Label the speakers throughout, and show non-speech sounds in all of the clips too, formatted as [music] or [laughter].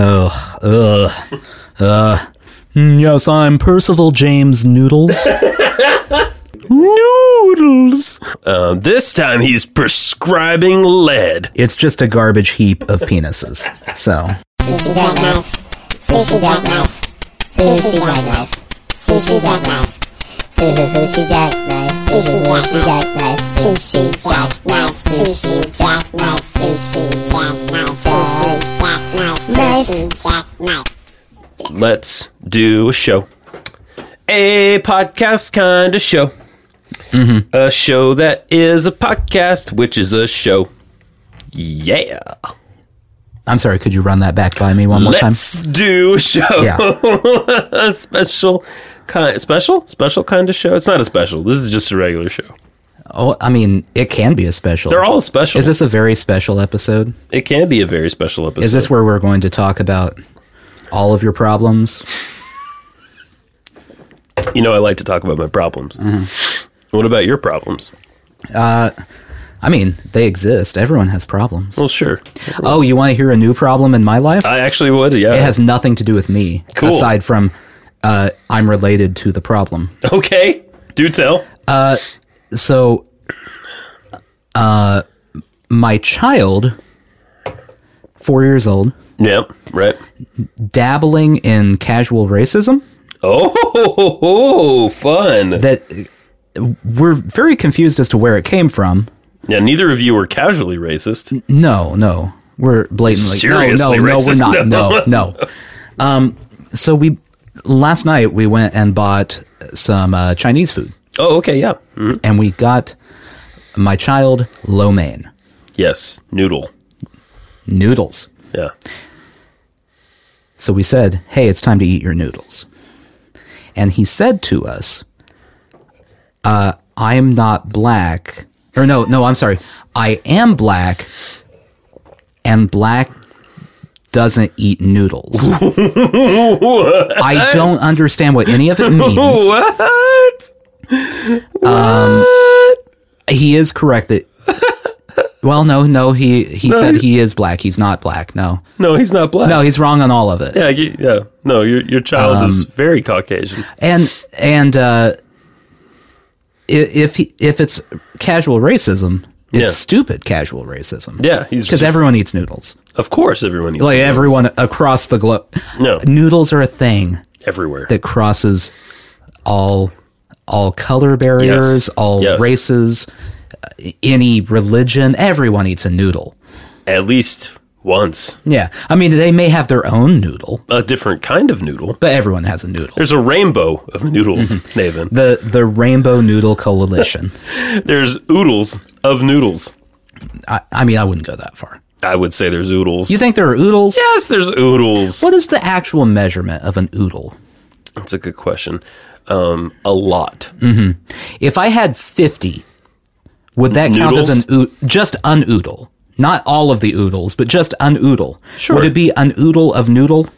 Speaker 1: Ugh, ugh, ugh. Mm, yes, I'm Percival James
Speaker 2: [laughs]
Speaker 1: Noodles. Noodles.
Speaker 2: Uh, this time he's prescribing lead.
Speaker 1: It's just a garbage heap of penises. So
Speaker 3: Sushi jackknife. Sushi jackknife. Sushi jackknife. Sushi jackknife. Sushi jackknife. Sushi jackknife. Sushi jackknife. Sushi jackknife. Sushi jackknife. Sushi jackknife. Sushi jackknife.
Speaker 2: Let's do a show. A podcast kind of show.
Speaker 1: Mm-hmm.
Speaker 2: A show that is a podcast, which is a show. Yeah.
Speaker 1: I'm sorry. Could you run that back by me one more time?
Speaker 2: Let's do a show.
Speaker 1: Yeah.
Speaker 2: [laughs] a special kind special? Special kind of show. It's not a special. This is just a regular show.
Speaker 1: Oh, I mean, it can be a special.
Speaker 2: They're all special.
Speaker 1: Is this a very special episode?
Speaker 2: it can be a very special episode.
Speaker 1: Is this where we're going to talk about all of your problems?
Speaker 2: you know I like to talk about my problems.
Speaker 1: Mm-hmm.
Speaker 2: What about your problems?
Speaker 1: I mean, they exist. Everyone has problems.
Speaker 2: Well, sure.
Speaker 1: Oh, you want to hear a new problem in my life?
Speaker 2: I actually would. Yeah.
Speaker 1: it has nothing to do with me,
Speaker 2: Cool.
Speaker 1: aside from uh, I'm related to the problem.
Speaker 2: Okay. Do tell.
Speaker 1: So, uh, my child, four years old,
Speaker 2: Yep. Right.
Speaker 1: dabbling in casual racism.
Speaker 2: Oh, [laughs] fun.
Speaker 1: That uh, we're very confused as to where it came from.
Speaker 2: Yeah, neither of you were casually racist.
Speaker 1: No, no. We're blatantly
Speaker 2: Seriously
Speaker 1: no, no, no, we're
Speaker 2: racist,
Speaker 1: not.
Speaker 2: no. [laughs]
Speaker 1: No, no. Um, so we last night we went and bought some uh, Chinese food,
Speaker 2: Oh, okay, yeah. Mm,
Speaker 1: and we got my child lo mein
Speaker 2: Yes, noodle.
Speaker 1: noodles.
Speaker 2: Yeah.
Speaker 1: So we said, "Hey, it's time to eat your noodles," and he said to us, uh, "I am not black." Or no, no, I'm sorry. I am black, and black doesn't eat noodles. I don't understand what any of it
Speaker 2: [laughs]
Speaker 1: means.
Speaker 2: What?
Speaker 1: He is correct that. Well, no, no. He he said
Speaker 2: he's-
Speaker 1: he is black. He's not black. No,
Speaker 2: No, he's not black.
Speaker 1: no. He's wrong on all of it.
Speaker 2: Yeah, you, yeah. No, your your child is very Caucasian.
Speaker 1: and and uh, i- if he, if it's casual racism, it's
Speaker 2: Yeah.
Speaker 1: stupid casual racism.
Speaker 2: Yeah, he's
Speaker 1: because
Speaker 2: just-
Speaker 1: everyone eats noodles.
Speaker 2: Of course, everyone eats
Speaker 1: Like
Speaker 2: noodles.
Speaker 1: everyone across the globe,
Speaker 2: No,
Speaker 1: noodles are a thing
Speaker 2: everywhere.
Speaker 1: that crosses all all color barriers, all
Speaker 2: Yes.
Speaker 1: races, uh, any religion. Everyone eats a noodle.
Speaker 2: At least once,
Speaker 1: Yeah, I mean they may have their own noodle,
Speaker 2: a different kind of noodle.
Speaker 1: but everyone has a noodle.
Speaker 2: There's a rainbow of noodles, Nathan.
Speaker 1: The the Rainbow Noodle Coalition. [laughs]
Speaker 2: There's oodles of noodles.
Speaker 1: I, I mean, I wouldn't go that far.
Speaker 2: I would say there's oodles.
Speaker 1: You think there are oodles?
Speaker 2: yes, there's oodles.
Speaker 1: What is the actual measurement of an oodle?
Speaker 2: That's a good question. Um, a lot.
Speaker 1: If I had 50, would that count as
Speaker 2: Noodles?
Speaker 1: an oodle? Just an oodle. Not all of the oodles, but just an oodle.
Speaker 2: Sure.
Speaker 1: Would it be an oodle of noodle?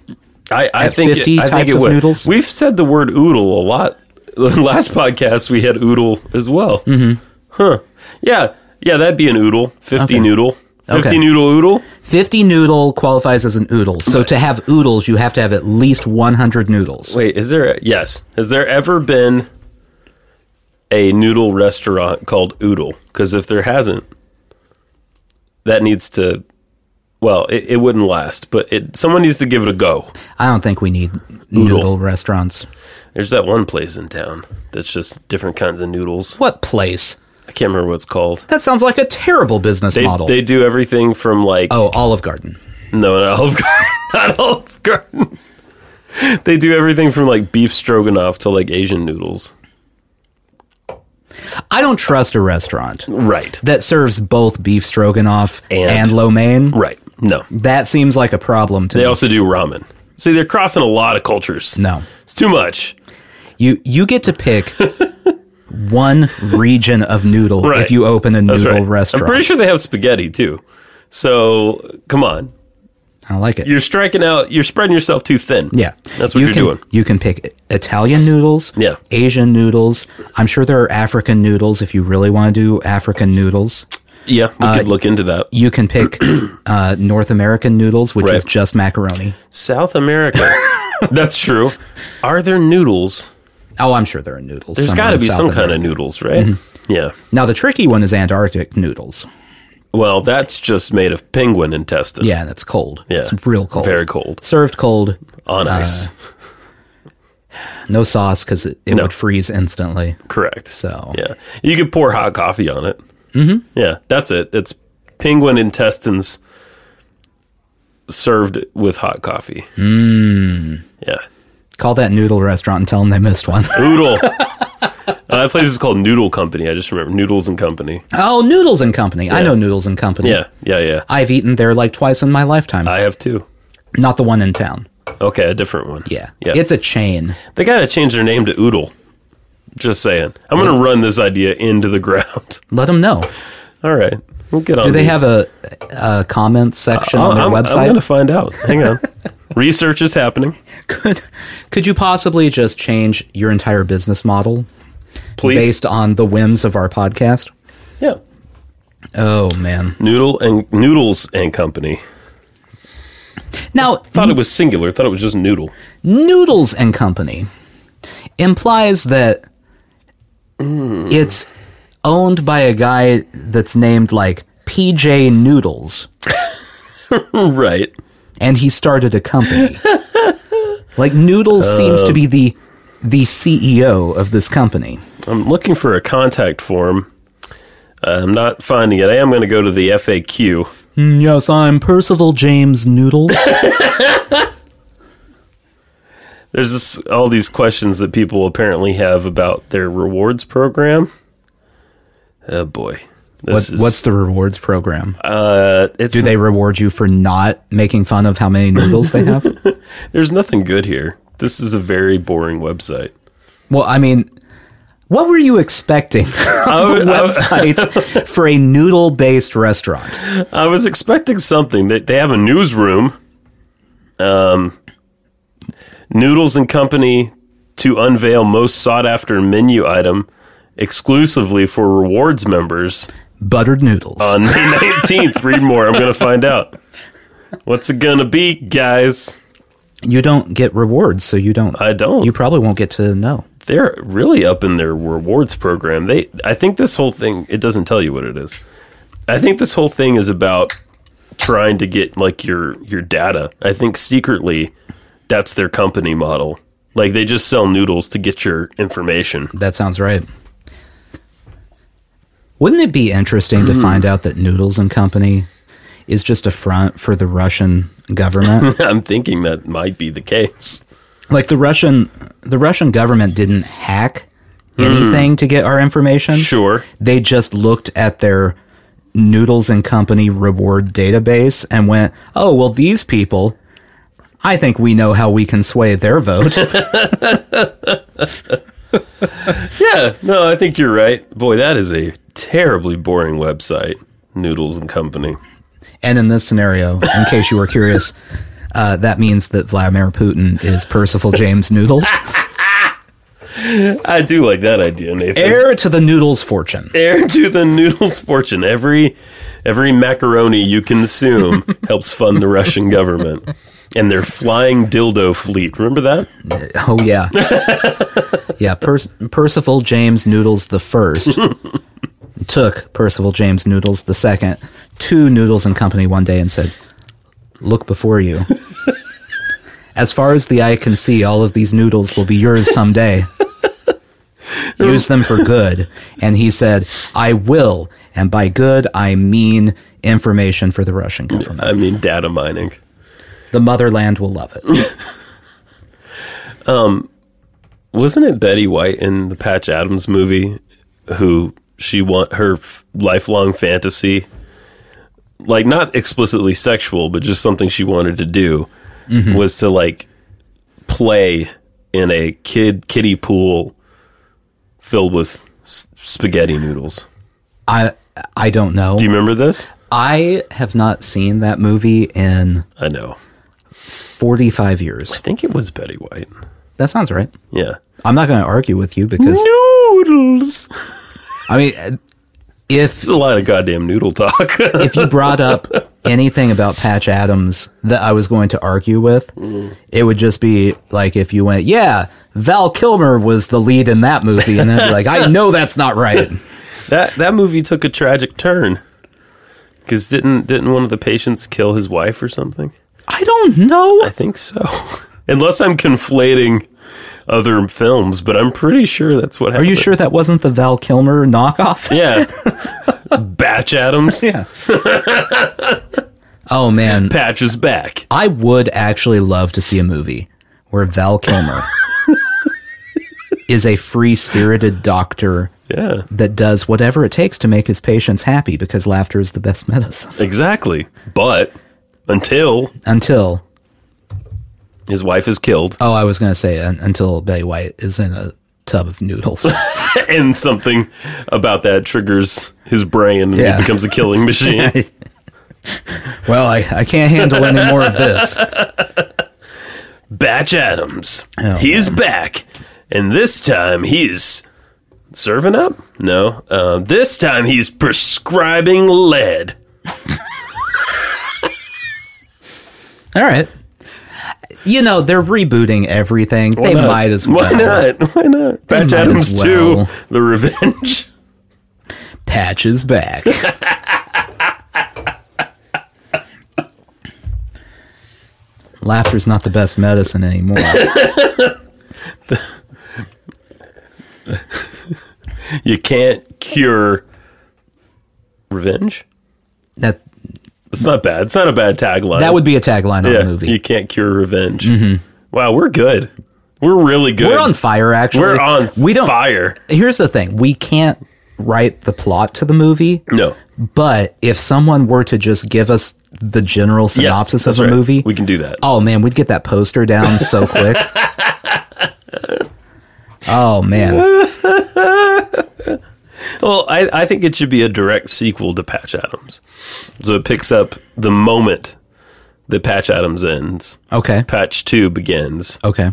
Speaker 2: I, I
Speaker 1: At
Speaker 2: think
Speaker 1: 50
Speaker 2: it, I think
Speaker 1: types
Speaker 2: it
Speaker 1: of
Speaker 2: would.
Speaker 1: noodles?
Speaker 2: We've said the word oodle a lot. [laughs] The Last podcast we had oodle as well. Mm-hmm. Huh? Yeah, yeah. That'd be an oodle. Fifty noodle. Fifty
Speaker 1: Okay.
Speaker 2: noodle oodle.
Speaker 1: 50 noodle qualifies as an oodle. So to have oodles, you have to have at least 100 noodles.
Speaker 2: Wait, is there? Yes, has there ever been a noodle restaurant called Oodle? Because if there hasn't, that needs to. Well, it, it wouldn't last, but it someone needs to give it a go.
Speaker 1: I don't think we need noodle restaurants.
Speaker 2: There's that one place in town that's just different kinds of noodles.
Speaker 1: What place?
Speaker 2: I can't remember what it's called.
Speaker 1: That sounds like a terrible business
Speaker 2: They,
Speaker 1: model.
Speaker 2: they do everything from like
Speaker 1: oh, Olive Garden.
Speaker 2: no, not Olive Garden, [laughs] not Olive Garden. they do everything from like beef stroganoff to like Asian noodles.
Speaker 1: I don't trust a restaurant.
Speaker 2: Right,
Speaker 1: that serves both beef stroganoff and,
Speaker 2: And-
Speaker 1: lo mein.
Speaker 2: right. No,
Speaker 1: That seems like a problem to
Speaker 2: They
Speaker 1: me.
Speaker 2: also do ramen. See, they're crossing a lot of cultures.
Speaker 1: Mm. no,
Speaker 2: It's too much.
Speaker 1: you you get to
Speaker 2: [laughs]
Speaker 1: pick one region of noodle
Speaker 2: Right.
Speaker 1: if you open a
Speaker 2: That's
Speaker 1: noodle
Speaker 2: right.
Speaker 1: restaurant.
Speaker 2: I'm pretty sure they have spaghetti too. So come on,
Speaker 1: I don't like it.
Speaker 2: you're striking out. You're spreading yourself too thin.
Speaker 1: yeah,
Speaker 2: that's
Speaker 1: you
Speaker 2: what you are
Speaker 1: can,
Speaker 2: doing.
Speaker 1: You can pick Italian noodles,
Speaker 2: Yeah.
Speaker 1: Asian noodles. I'm sure there are African noodles if you really want to do African noodles.
Speaker 2: Yeah, we
Speaker 1: Uh,
Speaker 2: could look into that.
Speaker 1: You can pick
Speaker 2: [clears throat]
Speaker 1: uh, North American noodles, which is
Speaker 2: Right.
Speaker 1: just macaroni. [laughs]
Speaker 2: South America. That's true. Are there noodles?
Speaker 1: Oh, I'm sure there are noodles.
Speaker 2: There's
Speaker 1: somewhere
Speaker 2: got to
Speaker 1: in
Speaker 2: be
Speaker 1: South
Speaker 2: some kind
Speaker 1: America. Mm-hmm.
Speaker 2: of noodles, right? Yeah.
Speaker 1: Now the tricky one is Antarctic noodles.
Speaker 2: Well, that's just made of penguin intestine.
Speaker 1: Yeah, that's cold.
Speaker 2: Yeah.
Speaker 1: it's real cold.
Speaker 2: Very cold.
Speaker 1: Served cold,
Speaker 2: On
Speaker 1: Uh,
Speaker 2: ice.
Speaker 1: no sauce because it, it
Speaker 2: No.
Speaker 1: would freeze instantly.
Speaker 2: Correct.
Speaker 1: So
Speaker 2: Yeah. You could pour hot coffee on it. Mm-hmm. Yeah. That's it. It's penguin intestines served with hot coffee. Mm. Yeah.
Speaker 1: call that noodle restaurant and tell them they missed one. [laughs]
Speaker 2: Noodle. [laughs] uh, that place is called Noodle Company. I just remember Noodles and Company.
Speaker 1: oh, Noodles and Company. I know Noodles and Company.
Speaker 2: Yeah. Yeah. Yeah.
Speaker 1: I've eaten there like twice in my lifetime.
Speaker 2: I have two.
Speaker 1: Not the one in town.
Speaker 2: Okay. A different one.
Speaker 1: Yeah.
Speaker 2: Yeah.
Speaker 1: It's a chain.
Speaker 2: They gotta change their name to Oodle. Just saying. I'm gonna run this idea into the [laughs] ground.
Speaker 1: Let them know.
Speaker 2: All right. We'll get on.
Speaker 1: Do they have a, a comment section on their
Speaker 2: Uh, I'm,
Speaker 1: [laughs]
Speaker 2: I'm
Speaker 1: website?
Speaker 2: gonna find out.
Speaker 1: [laughs]
Speaker 2: Hang on. Research is happening.
Speaker 1: could, could you possibly just change your entire business model
Speaker 2: Please.
Speaker 1: based on the whims of our podcast?
Speaker 2: Yeah.
Speaker 1: Oh, man.
Speaker 2: Noodle and Noodles and Company.
Speaker 1: Now,
Speaker 2: Thought it was singular. Thought it was just Noodle.
Speaker 1: Noodles and Company implies that it's owned by a guy that's named like PJ Noodles,
Speaker 2: Right.
Speaker 1: and he started a
Speaker 2: [laughs]
Speaker 1: company. like Noodles
Speaker 2: Uh.
Speaker 1: seems to be the the CEO of this company.
Speaker 2: I'm looking for a contact form. Uh, I'm not finding it. I am going to go to the FAQ.
Speaker 1: Mm, Yes, I'm Percival James [laughs] Noodles.
Speaker 2: There's this, all these questions that people apparently have about their rewards program. Oh boy,
Speaker 1: what,
Speaker 2: this is
Speaker 1: what's the rewards program?
Speaker 2: uh, it's
Speaker 1: Do they reward you for not making fun of how many noodles they
Speaker 2: [laughs]
Speaker 1: have?
Speaker 2: there's nothing good here. This is a very boring website.
Speaker 1: Well, I mean, what were you expecting? [laughs]
Speaker 2: I, I- [laughs]
Speaker 1: website for a noodle based restaurant.
Speaker 2: I was expecting something. They they have a newsroom. Um, Noodles and Company to unveil most sought after menu item exclusively for rewards members.
Speaker 1: Buttered noodles.
Speaker 2: on May [laughs] 19th. Read more. I'm going to find out. What's it going to be, guys?
Speaker 1: you don't get rewards, so you don't.
Speaker 2: I don't.
Speaker 1: you probably won't get to know.
Speaker 2: They're really up in their rewards program. They I think this whole thing it doesn't tell you what it is. I think this whole thing is about trying to get like your your data. I think secretly that's their company model. Like they just sell noodles to get your information. [laughs]
Speaker 1: That sounds right. Wouldn't it be interesting to
Speaker 2: Mm.
Speaker 1: find out that Noodles and Company is just a front for the Russian
Speaker 2: [laughs]
Speaker 1: government?
Speaker 2: I'm thinking that might be the case.
Speaker 1: like the Russian, the Russian government didn't hack anything to get our information.
Speaker 2: Mm. Sure.
Speaker 1: they just looked at their Noodles and Company reward database and went, oh, well, these people, I think we know how we can sway their vote.
Speaker 2: Yeah, no, I think you're right. Boy, that is a terribly boring website, Noodles and Company.
Speaker 1: and in this scenario, in case you were curious, uh, that means that Vladimir Putin is Percival James Noodles,
Speaker 2: I do like that idea, Nathan.
Speaker 1: heir to the Noodles fortune.
Speaker 2: Heir to the noodles fortune. Every every macaroni you consume helps fund the Russian government and their flying dildo fleet. Remember that?
Speaker 1: Oh, yeah. yeah, per- Percival James Noodles the first took Percival James Noodles the second to Noodles and Company one day and said, "Look before you. As far as the eye can see, all of these noodles will be yours someday. Use them for good." And he said, "I will." And by good, I mean information for the Russian
Speaker 2: [laughs]
Speaker 1: government.
Speaker 2: I mean, data mining.
Speaker 1: The motherland will love it.
Speaker 2: Wasn't it Betty White in the Patch Adams movie who she want her f- lifelong fantasy, like not explicitly sexual, but just something she wanted to do was to like play in a kid kiddie pool filled with s- spaghetti noodles.
Speaker 1: I I don't know.
Speaker 2: Do you remember this?
Speaker 1: I have not seen that movie in
Speaker 2: I know.
Speaker 1: 45 years.
Speaker 2: I think it was Betty White.
Speaker 1: That sounds right.
Speaker 2: Yeah.
Speaker 1: I'm not going to argue with you because
Speaker 2: Noodles.
Speaker 1: I mean, if
Speaker 2: It's a lot of goddamn noodle talk. [laughs]
Speaker 1: if you brought up anything about Patch Adams that I was going to argue with, it would just be like if you went, "Yeah, Val Kilmer was the lead in that movie," and then I'd be like, "I know that's not right."
Speaker 2: that that movie took a tragic turn. Cause didn't didn't one of the patients kill his wife or something?
Speaker 1: I don't know.
Speaker 2: I think so. [laughs] Unless I'm conflating other films, but I'm pretty sure that's what
Speaker 1: Are
Speaker 2: happened.
Speaker 1: you sure that wasn't the Val Kilmer knockoff? [laughs]
Speaker 2: Yeah. Batch Adams.
Speaker 1: Yeah. oh man,
Speaker 2: Patch is back.
Speaker 1: I would actually love to see a movie where Val Kilmer is a free-spirited doctor
Speaker 2: Yeah.
Speaker 1: that does whatever it takes to make his patients happy because laughter is the best medicine.
Speaker 2: Exactly. But until
Speaker 1: Until
Speaker 2: his wife is killed [laughs]
Speaker 1: oh, I was going to say un- until Betty White is in a tub of
Speaker 2: [laughs]
Speaker 1: noodles.
Speaker 2: and something about that triggers his brain and
Speaker 1: Yeah.
Speaker 2: he becomes
Speaker 1: [laughs]
Speaker 2: a killing machine.
Speaker 1: well, I, I can't handle any more of
Speaker 2: [laughs]
Speaker 1: this.
Speaker 2: Batch Adams.
Speaker 1: Oh,
Speaker 2: he's back. And this time he's serving up? No. Uh, this time he's prescribing lead.
Speaker 1: All right. You know they're rebooting everything. they
Speaker 2: Why not?
Speaker 1: might as well.
Speaker 2: Why not? [laughs] Why not? Batch
Speaker 1: might
Speaker 2: Adams
Speaker 1: as
Speaker 2: 2,
Speaker 1: well.
Speaker 2: The Revenge. [laughs]
Speaker 1: Patch is back. Laughter's not the best medicine
Speaker 2: [laughs]
Speaker 1: anymore.
Speaker 2: You can't cure revenge.
Speaker 1: That
Speaker 2: It's not bad. It's not a bad tagline.
Speaker 1: that would be a tagline on
Speaker 2: yeah,
Speaker 1: a movie. Mm-hmm.
Speaker 2: You can't cure revenge. Wow, we're good. We're really good.
Speaker 1: We're on fire, actually.
Speaker 2: We're on
Speaker 1: We don't.
Speaker 2: fire.
Speaker 1: Here's the thing: we can't write the plot to the movie,
Speaker 2: No.
Speaker 1: but if someone were to just give us the general
Speaker 2: Yes,
Speaker 1: synopsis
Speaker 2: that's
Speaker 1: of a
Speaker 2: right.
Speaker 1: movie,
Speaker 2: We can do that.
Speaker 1: oh man, we'd get that poster down so
Speaker 2: [laughs]
Speaker 1: quick. oh man,
Speaker 2: Well, I, I think it should be a direct sequel to Patch Adams. So it picks up the moment that Patch Adams ends.
Speaker 1: okay,
Speaker 2: Patch 2 begins.
Speaker 1: okay.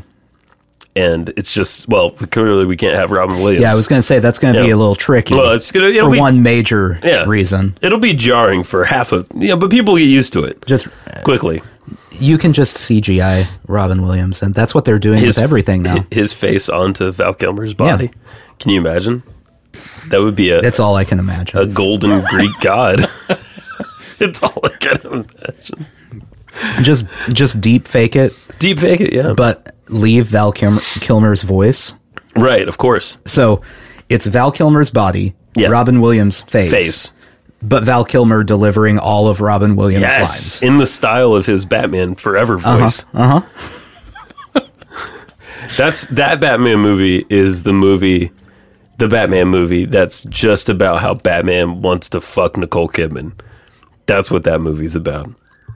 Speaker 2: And it's just, well, clearly we can't have Robin Williams.
Speaker 1: Yeah, I was going to say that's going to be
Speaker 2: Yeah.
Speaker 1: a little tricky.
Speaker 2: Well, it's gonna- it'll
Speaker 1: for
Speaker 2: be-
Speaker 1: one major
Speaker 2: Yeah.
Speaker 1: reason.
Speaker 2: It'll be jarring for half of, yeah, but people get used to it
Speaker 1: Just
Speaker 2: quickly.
Speaker 1: you can just CGI Robin Williams, and that's what they're doing with everything now.
Speaker 2: His [laughs] face onto Val Kilmer's body. Can you imagine? That would be a,
Speaker 1: That's all I can
Speaker 2: a
Speaker 1: imagine.
Speaker 2: golden Greek god. [laughs] it's all I can imagine.
Speaker 1: just just deep fake it,
Speaker 2: Deep fake it, yeah.
Speaker 1: but leave Val Kilmer, Kilmer's voice.
Speaker 2: right, of course.
Speaker 1: So it's Val Kilmer's body,
Speaker 2: Yeah.
Speaker 1: Robin Williams' face,
Speaker 2: Face.
Speaker 1: but Val Kilmer delivering all of Robin Williams'
Speaker 2: Yes,
Speaker 1: lines.
Speaker 2: in the style of his Batman Forever voice. Uh-huh. [laughs] that's that Batman movie is the movie the Batman movie that's just about how Batman wants to fuck Nicole Kidman. That's what that movie's about.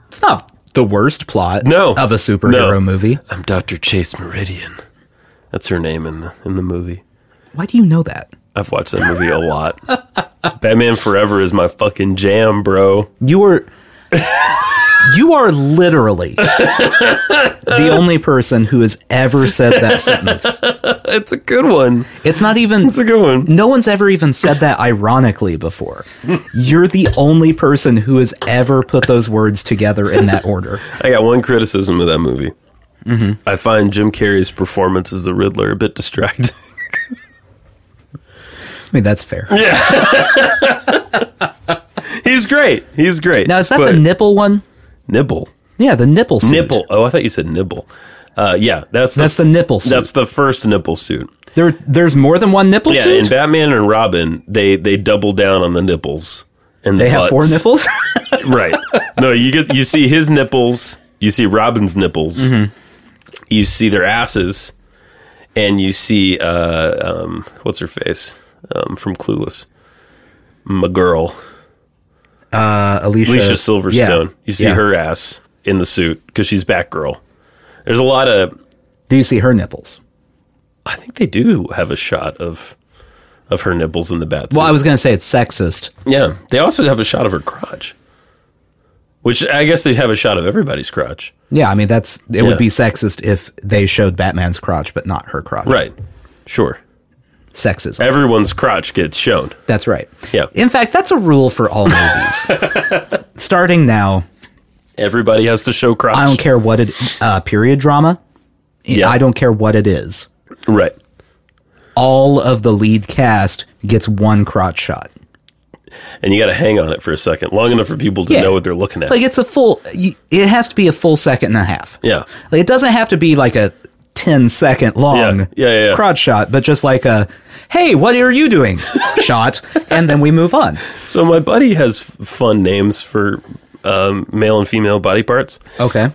Speaker 1: It's not the worst plot
Speaker 2: No.
Speaker 1: of a superhero
Speaker 2: No.
Speaker 1: movie.
Speaker 2: I'm Dr. Chase Meridian. That's her name in the in the movie.
Speaker 1: Why do you know that?
Speaker 2: I've watched that movie a [laughs] lot. Batman Forever is my fucking jam, bro.
Speaker 1: You are you are literally
Speaker 2: [laughs]
Speaker 1: the only person who has ever said that sentence.
Speaker 2: It's a good one.
Speaker 1: It's not even
Speaker 2: It's a good one.
Speaker 1: no one's ever even said that ironically before. You're the only person who has ever put those words together in that order.
Speaker 2: I got one criticism of that movie.
Speaker 1: Mm-hmm.
Speaker 2: I find Jim Carrey's performance as the Riddler a bit distracting. [laughs]
Speaker 1: I mean, that's fair.
Speaker 2: He's great. He's great.
Speaker 1: Now, is that
Speaker 2: But-
Speaker 1: the nipple one?
Speaker 2: nibble?
Speaker 1: Yeah, the nipple suit.
Speaker 2: Nipple. Oh, I thought you said nibble. Uh, yeah, that's
Speaker 1: That's the nipple suit.
Speaker 2: that's the first nipple suit.
Speaker 1: there, there's more than one nipple
Speaker 2: Yeah, in
Speaker 1: suit?
Speaker 2: Batman and Robin, they they double down on the nipples and
Speaker 1: They
Speaker 2: the
Speaker 1: have four
Speaker 2: butts.
Speaker 1: nipples?
Speaker 2: right. No, you get you see his nipples, you see Robin's nipples,
Speaker 1: Mm-hmm.
Speaker 2: you see their asses, and you see uh, um, what's her face um, from Clueless, my girl
Speaker 1: Uh, Alicia,
Speaker 2: [laughs] Alicia Silverstone.
Speaker 1: Yeah,
Speaker 2: You see
Speaker 1: yeah.
Speaker 2: her ass in the suit because she's Batgirl. There's a lot of
Speaker 1: Do you see her nipples?
Speaker 2: I think they do have a shot of of her nipples in the bat suit.
Speaker 1: Well, I was going to say it's sexist.
Speaker 2: yeah, they also have a shot of her crotch. Which I guess they have a shot of everybody's crotch.
Speaker 1: Yeah, I mean that's it
Speaker 2: Yeah.
Speaker 1: would be sexist if they showed Batman's crotch but not her crotch.
Speaker 2: Right. Sure.
Speaker 1: sexism.
Speaker 2: Everyone's crotch gets shown.
Speaker 1: That's right.
Speaker 2: Yeah.
Speaker 1: In fact, that's a rule for all
Speaker 2: [laughs]
Speaker 1: movies. Starting now,
Speaker 2: Everybody has to show crotch.
Speaker 1: I don't care what it uh, period drama.
Speaker 2: Yeah.
Speaker 1: I don't care what it is.
Speaker 2: Right.
Speaker 1: All of the lead cast gets one crotch shot.
Speaker 2: And you got to hang on it for a second, long enough for people to
Speaker 1: Yeah.
Speaker 2: know what they're looking at.
Speaker 1: Like it's a full. y- It has to be a full second and a half.
Speaker 2: yeah.
Speaker 1: Like it doesn't have to be like a 10 second long
Speaker 2: Yeah, yeah, yeah.
Speaker 1: crotch shot, but just like a hey, what are you
Speaker 2: [laughs]
Speaker 1: doing? shot, and then we move on.
Speaker 2: So my buddy has f- fun names for um, male and female body parts.
Speaker 1: Okay.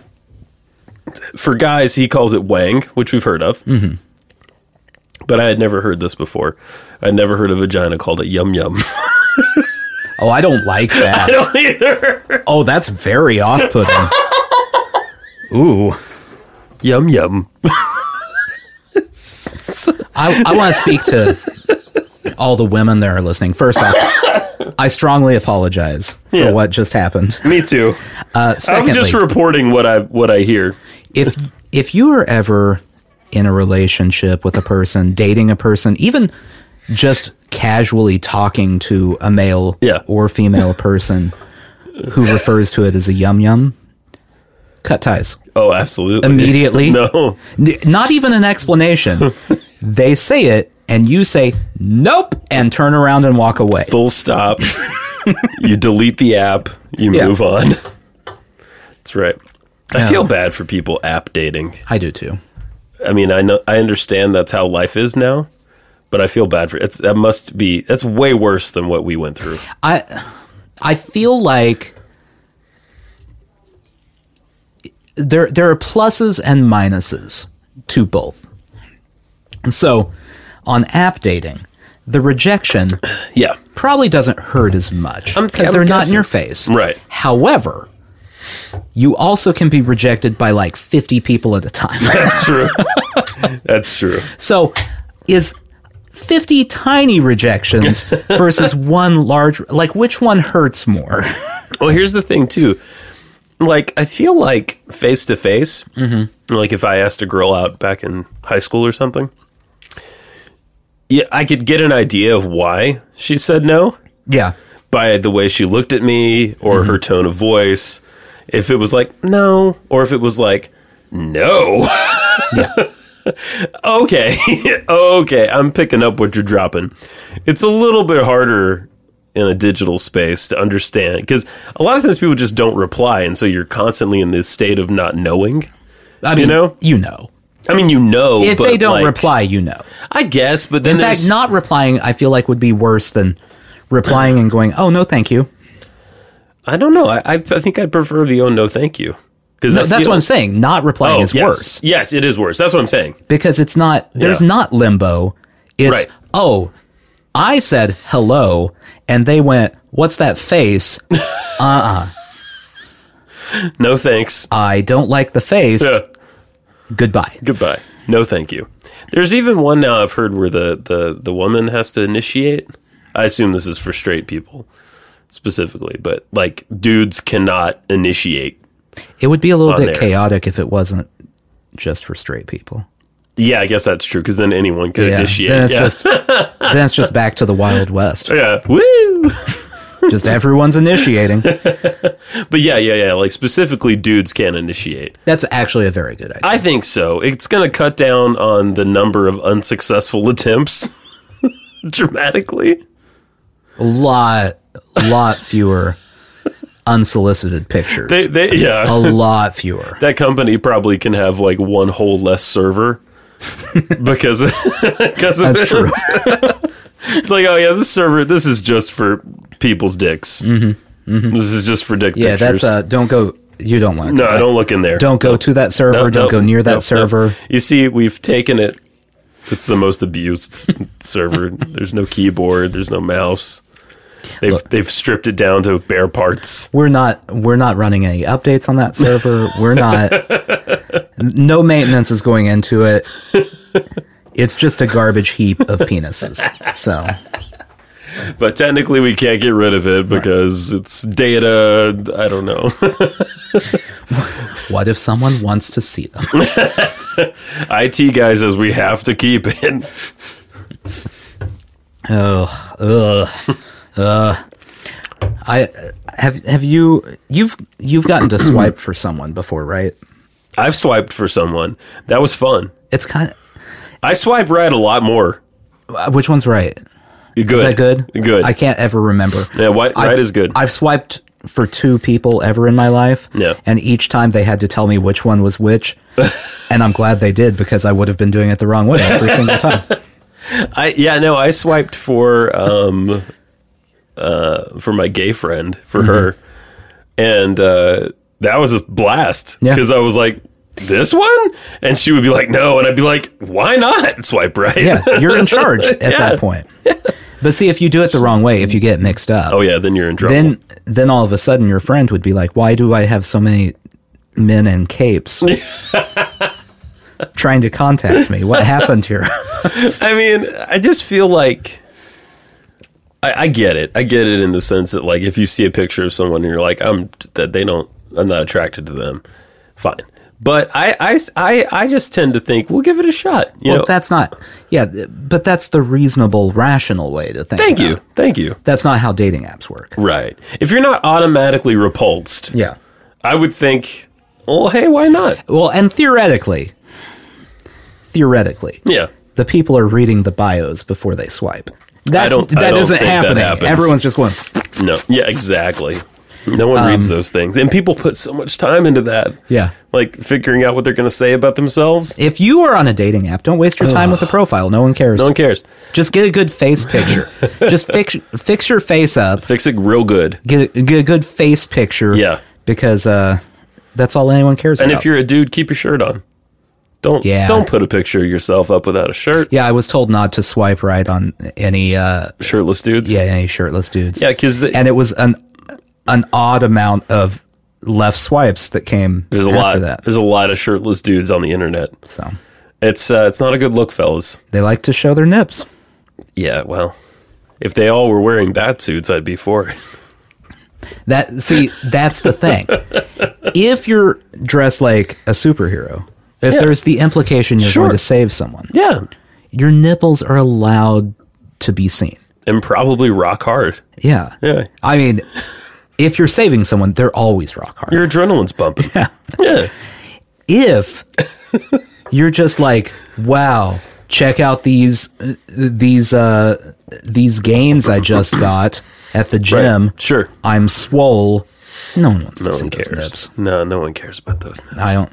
Speaker 2: For guys, he calls it wang, which we've heard of. Mm-hmm. But I had never heard this before. I'd never heard a vagina called a
Speaker 1: [laughs]
Speaker 2: yum yum.
Speaker 1: Oh, I don't
Speaker 2: [laughs]
Speaker 1: like that.
Speaker 2: don't either.
Speaker 1: Oh, that's very off putting. Ooh. [laughs]
Speaker 2: Yum yum.
Speaker 1: I, I want to speak to all the women that are listening. First off, I strongly apologize for
Speaker 2: Yeah.
Speaker 1: what just happened.
Speaker 2: Me too.
Speaker 1: Uh, secondly,
Speaker 2: I'm just reporting what I what I hear.
Speaker 1: if if you are ever in a relationship with a person, dating a person, even just casually talking to a male
Speaker 2: Yeah.
Speaker 1: or female person who refers to it as a yum yum, cut ties
Speaker 2: Oh, absolutely.
Speaker 1: immediately.
Speaker 2: [laughs] No.
Speaker 1: N- not even an explanation. they say it, and you say nope, and turn around and walk away.
Speaker 2: Full stop. you delete the app. You
Speaker 1: Yeah.
Speaker 2: move on. That's right. I
Speaker 1: Yeah.
Speaker 2: feel bad for people app dating.
Speaker 1: I do too.
Speaker 2: I mean, I know I understand that's how life is now, but I feel bad for it's that must be that's way worse than what we went through.
Speaker 1: I I feel like there there are pluses and minuses to both. And so on app dating, the rejection
Speaker 2: Yeah.
Speaker 1: probably doesn't hurt as much
Speaker 2: I'm-
Speaker 1: because
Speaker 2: I'm
Speaker 1: they're not in
Speaker 2: guessing.
Speaker 1: your face.
Speaker 2: Right.
Speaker 1: However, you also can be rejected by like 50 people at a time.
Speaker 2: That's true. [laughs] that's true.
Speaker 1: so is 50 tiny
Speaker 2: [laughs]
Speaker 1: rejections versus one large like which one hurts more? [laughs]
Speaker 2: Well, here's the thing too. Like I feel like face to face, like if I asked a girl out back in high school or something, yeah, I could get an idea of why she said no
Speaker 1: yeah.
Speaker 2: by the way she looked at me or
Speaker 1: Mm-hmm.
Speaker 2: her tone of voice. If it was like no, or if it was like no, [laughs] okay, [laughs] okay, I'm picking up what you're dropping. It's a little bit harder in a digital space to understand because a lot of times people just don't reply, and so you're constantly in this state of not knowing.
Speaker 1: I mean,
Speaker 2: know?
Speaker 1: you know.
Speaker 2: I mean, you know,
Speaker 1: If
Speaker 2: but,
Speaker 1: they don't
Speaker 2: like,
Speaker 1: reply, you know.
Speaker 2: I guess, but then
Speaker 1: In fact,
Speaker 2: there's-
Speaker 1: not replying, I feel like, would be worse than replying and going, "Oh no, thank you."
Speaker 2: I don't know. I, I, I think I prefer the oh no, thank you. Because
Speaker 1: No, that's what I'm saying. Not replying is
Speaker 2: Oh, yes.
Speaker 1: worse
Speaker 2: Yes, it is worse. That's what I'm saying.
Speaker 1: because it's not. There's
Speaker 2: Yeah.
Speaker 1: not limbo. It's
Speaker 2: Right.
Speaker 1: oh, I said hello, and they went, "What's that face?"
Speaker 2: No thanks.
Speaker 1: I don't like the face.
Speaker 2: Yeah.
Speaker 1: Goodbye.
Speaker 2: [laughs] Goodbye. No thank you. There's even one now I've heard where the, the, the woman has to initiate. I assume this is for straight people specifically, but like dudes cannot initiate.
Speaker 1: It would be a little
Speaker 2: On
Speaker 1: bit
Speaker 2: Oh, there.
Speaker 1: chaotic if it wasn't just for straight
Speaker 2: [laughs]
Speaker 1: people.
Speaker 2: Yeah, I guess that's true because then anyone could
Speaker 1: Yeah,
Speaker 2: initiate.
Speaker 1: then it's
Speaker 2: yeah.
Speaker 1: just then it's just back to the wild west.
Speaker 2: [laughs] yeah. Woo!
Speaker 1: Just everyone's initiating.
Speaker 2: But yeah, yeah, yeah. Like specifically, dudes can initiate.
Speaker 1: That's actually a very good idea.
Speaker 2: I think so. It's going to cut down on the number of unsuccessful [laughs] attempts dramatically.
Speaker 1: A lot, lot fewer unsolicited pictures.
Speaker 2: They, they, yeah.
Speaker 1: a lot fewer.
Speaker 2: that company probably can have like one whole less
Speaker 1: [laughs]
Speaker 2: server because because of
Speaker 1: That's
Speaker 2: it.
Speaker 1: true.
Speaker 2: It's like, oh yeah, this server, this is just for people's dicks. Mm-hmm. This is just for dick
Speaker 1: Yeah,
Speaker 2: pictures.
Speaker 1: that's uh don't go you don't want to
Speaker 2: no, don't look in there.
Speaker 1: don't go to that server,
Speaker 2: No,
Speaker 1: don't
Speaker 2: no,
Speaker 1: go near that
Speaker 2: no, no.
Speaker 1: server.
Speaker 2: You see, we've taken it. It's the most abused s- server. There's no keyboard. There's no mouse. They've they've stripped it down to bare parts.
Speaker 1: We're not we're not running any updates on that server. We're not no maintenance is going into it. It's just a garbage heap of penises. So
Speaker 2: But technically, we can't get rid of it because it's data. I don't know.
Speaker 1: what if someone wants to see them?
Speaker 2: [laughs] IT guy says we have to keep it.
Speaker 1: Oh, ugh, ugh. I have have you you've you've gotten to swipe for someone before, right?
Speaker 2: I've swiped for someone. That was fun.
Speaker 1: It's kind
Speaker 2: I swipe right a lot more.
Speaker 1: of which one's right?
Speaker 2: Good.
Speaker 1: Is that good?
Speaker 2: Good.
Speaker 1: I can't ever remember.
Speaker 2: yeah, white,
Speaker 1: I've-
Speaker 2: right is good.
Speaker 1: I've swiped for two people ever in my life.
Speaker 2: Yeah.
Speaker 1: And each time they had to tell me which one was
Speaker 2: [laughs]
Speaker 1: which. and I'm glad they did because I would have been doing it the wrong way
Speaker 2: [laughs]
Speaker 1: every single time.
Speaker 2: I yeah no I swiped for um [laughs] uh for my gay friend for
Speaker 1: Mm-hmm.
Speaker 2: her and uh that was a blast
Speaker 1: Yeah.
Speaker 2: because I was like this one and she would be like no and I'd be like why not [laughs] swipe right
Speaker 1: Yeah. You're in charge at that point. But see, if you do it the wrong way, if you get mixed up,
Speaker 2: oh yeah then you're in trouble
Speaker 1: then then all of a sudden your friend would be like, "Why do I have so many men in
Speaker 2: [laughs]
Speaker 1: capes trying to contact me? What happened here?"
Speaker 2: [laughs] I mean I just feel like I, I get it I get it in the sense that like if you see a picture of someone and you're like I'm that they don't I'm not attracted to them fine but I I I, I just tend to think we'll give it a shot you
Speaker 1: well,
Speaker 2: know.
Speaker 1: that's not. Yeah, th- but that's the reasonable, rational way to think.
Speaker 2: Thank
Speaker 1: about
Speaker 2: you.
Speaker 1: it.
Speaker 2: Thank you.
Speaker 1: That's not how dating apps work.
Speaker 2: Right. If you're not automatically repulsed,
Speaker 1: Yeah.
Speaker 2: I would think, well, hey, why not?
Speaker 1: Well, and theoretically, theoretically,
Speaker 2: Yeah.
Speaker 1: the people are reading the bios before they swipe. That
Speaker 2: I don't- I
Speaker 1: that
Speaker 2: don't
Speaker 1: isn't
Speaker 2: think that
Speaker 1: happening.
Speaker 2: happens.
Speaker 1: Everyone's just going.
Speaker 2: No. Yeah, exactly. No one reads those things. And people put so much time into that.
Speaker 1: Um, Yeah.
Speaker 2: Like figuring out what they're going to say about themselves.
Speaker 1: If you are on a dating app, don't waste your time with the profile. No one cares.
Speaker 2: No one cares.
Speaker 1: Just get a good face
Speaker 2: [laughs]
Speaker 1: picture. Just fix fix your face up.
Speaker 2: Fix it real good.
Speaker 1: Get a, get a good face picture.
Speaker 2: Yeah.
Speaker 1: Because uh, that's all anyone cares
Speaker 2: And
Speaker 1: about.
Speaker 2: if you're a dude, keep your shirt on. Don't
Speaker 1: Yeah.
Speaker 2: don't put a picture of yourself up without a shirt.
Speaker 1: yeah, I was told not to swipe right on any uh
Speaker 2: Shirtless dudes.
Speaker 1: yeah any shirtless dudes.
Speaker 2: Yeah, because
Speaker 1: And it was an an odd amount of left swipes that came
Speaker 2: there's a
Speaker 1: after
Speaker 2: lot.
Speaker 1: that.
Speaker 2: There's a lot of shirtless dudes on the internet.
Speaker 1: So
Speaker 2: It's uh, it's not a good look, fellas.
Speaker 1: they like to show their nips.
Speaker 2: Yeah, well, if they all were wearing bat suits, I'd be for it.
Speaker 1: [laughs] That see, that's the
Speaker 2: [laughs]
Speaker 1: thing. if you're dressed like a superhero, if
Speaker 2: Yeah.
Speaker 1: there's the implication you're
Speaker 2: Sure.
Speaker 1: going to save someone,
Speaker 2: Yeah.
Speaker 1: your nipples are allowed to be seen.
Speaker 2: And probably rock hard.
Speaker 1: Yeah.
Speaker 2: Yeah.
Speaker 1: I mean, if you're saving someone, they're always rock hard.
Speaker 2: Your adrenaline's bumping. Yeah.
Speaker 1: if you're just like, wow, check out these uh, these uh these gains I just got at the
Speaker 2: Right.
Speaker 1: gym.
Speaker 2: Sure.
Speaker 1: I'm swole. No one wants
Speaker 2: No
Speaker 1: to see
Speaker 2: one
Speaker 1: those
Speaker 2: cares.
Speaker 1: nips.
Speaker 2: No, no one cares about those nips.
Speaker 1: I don't.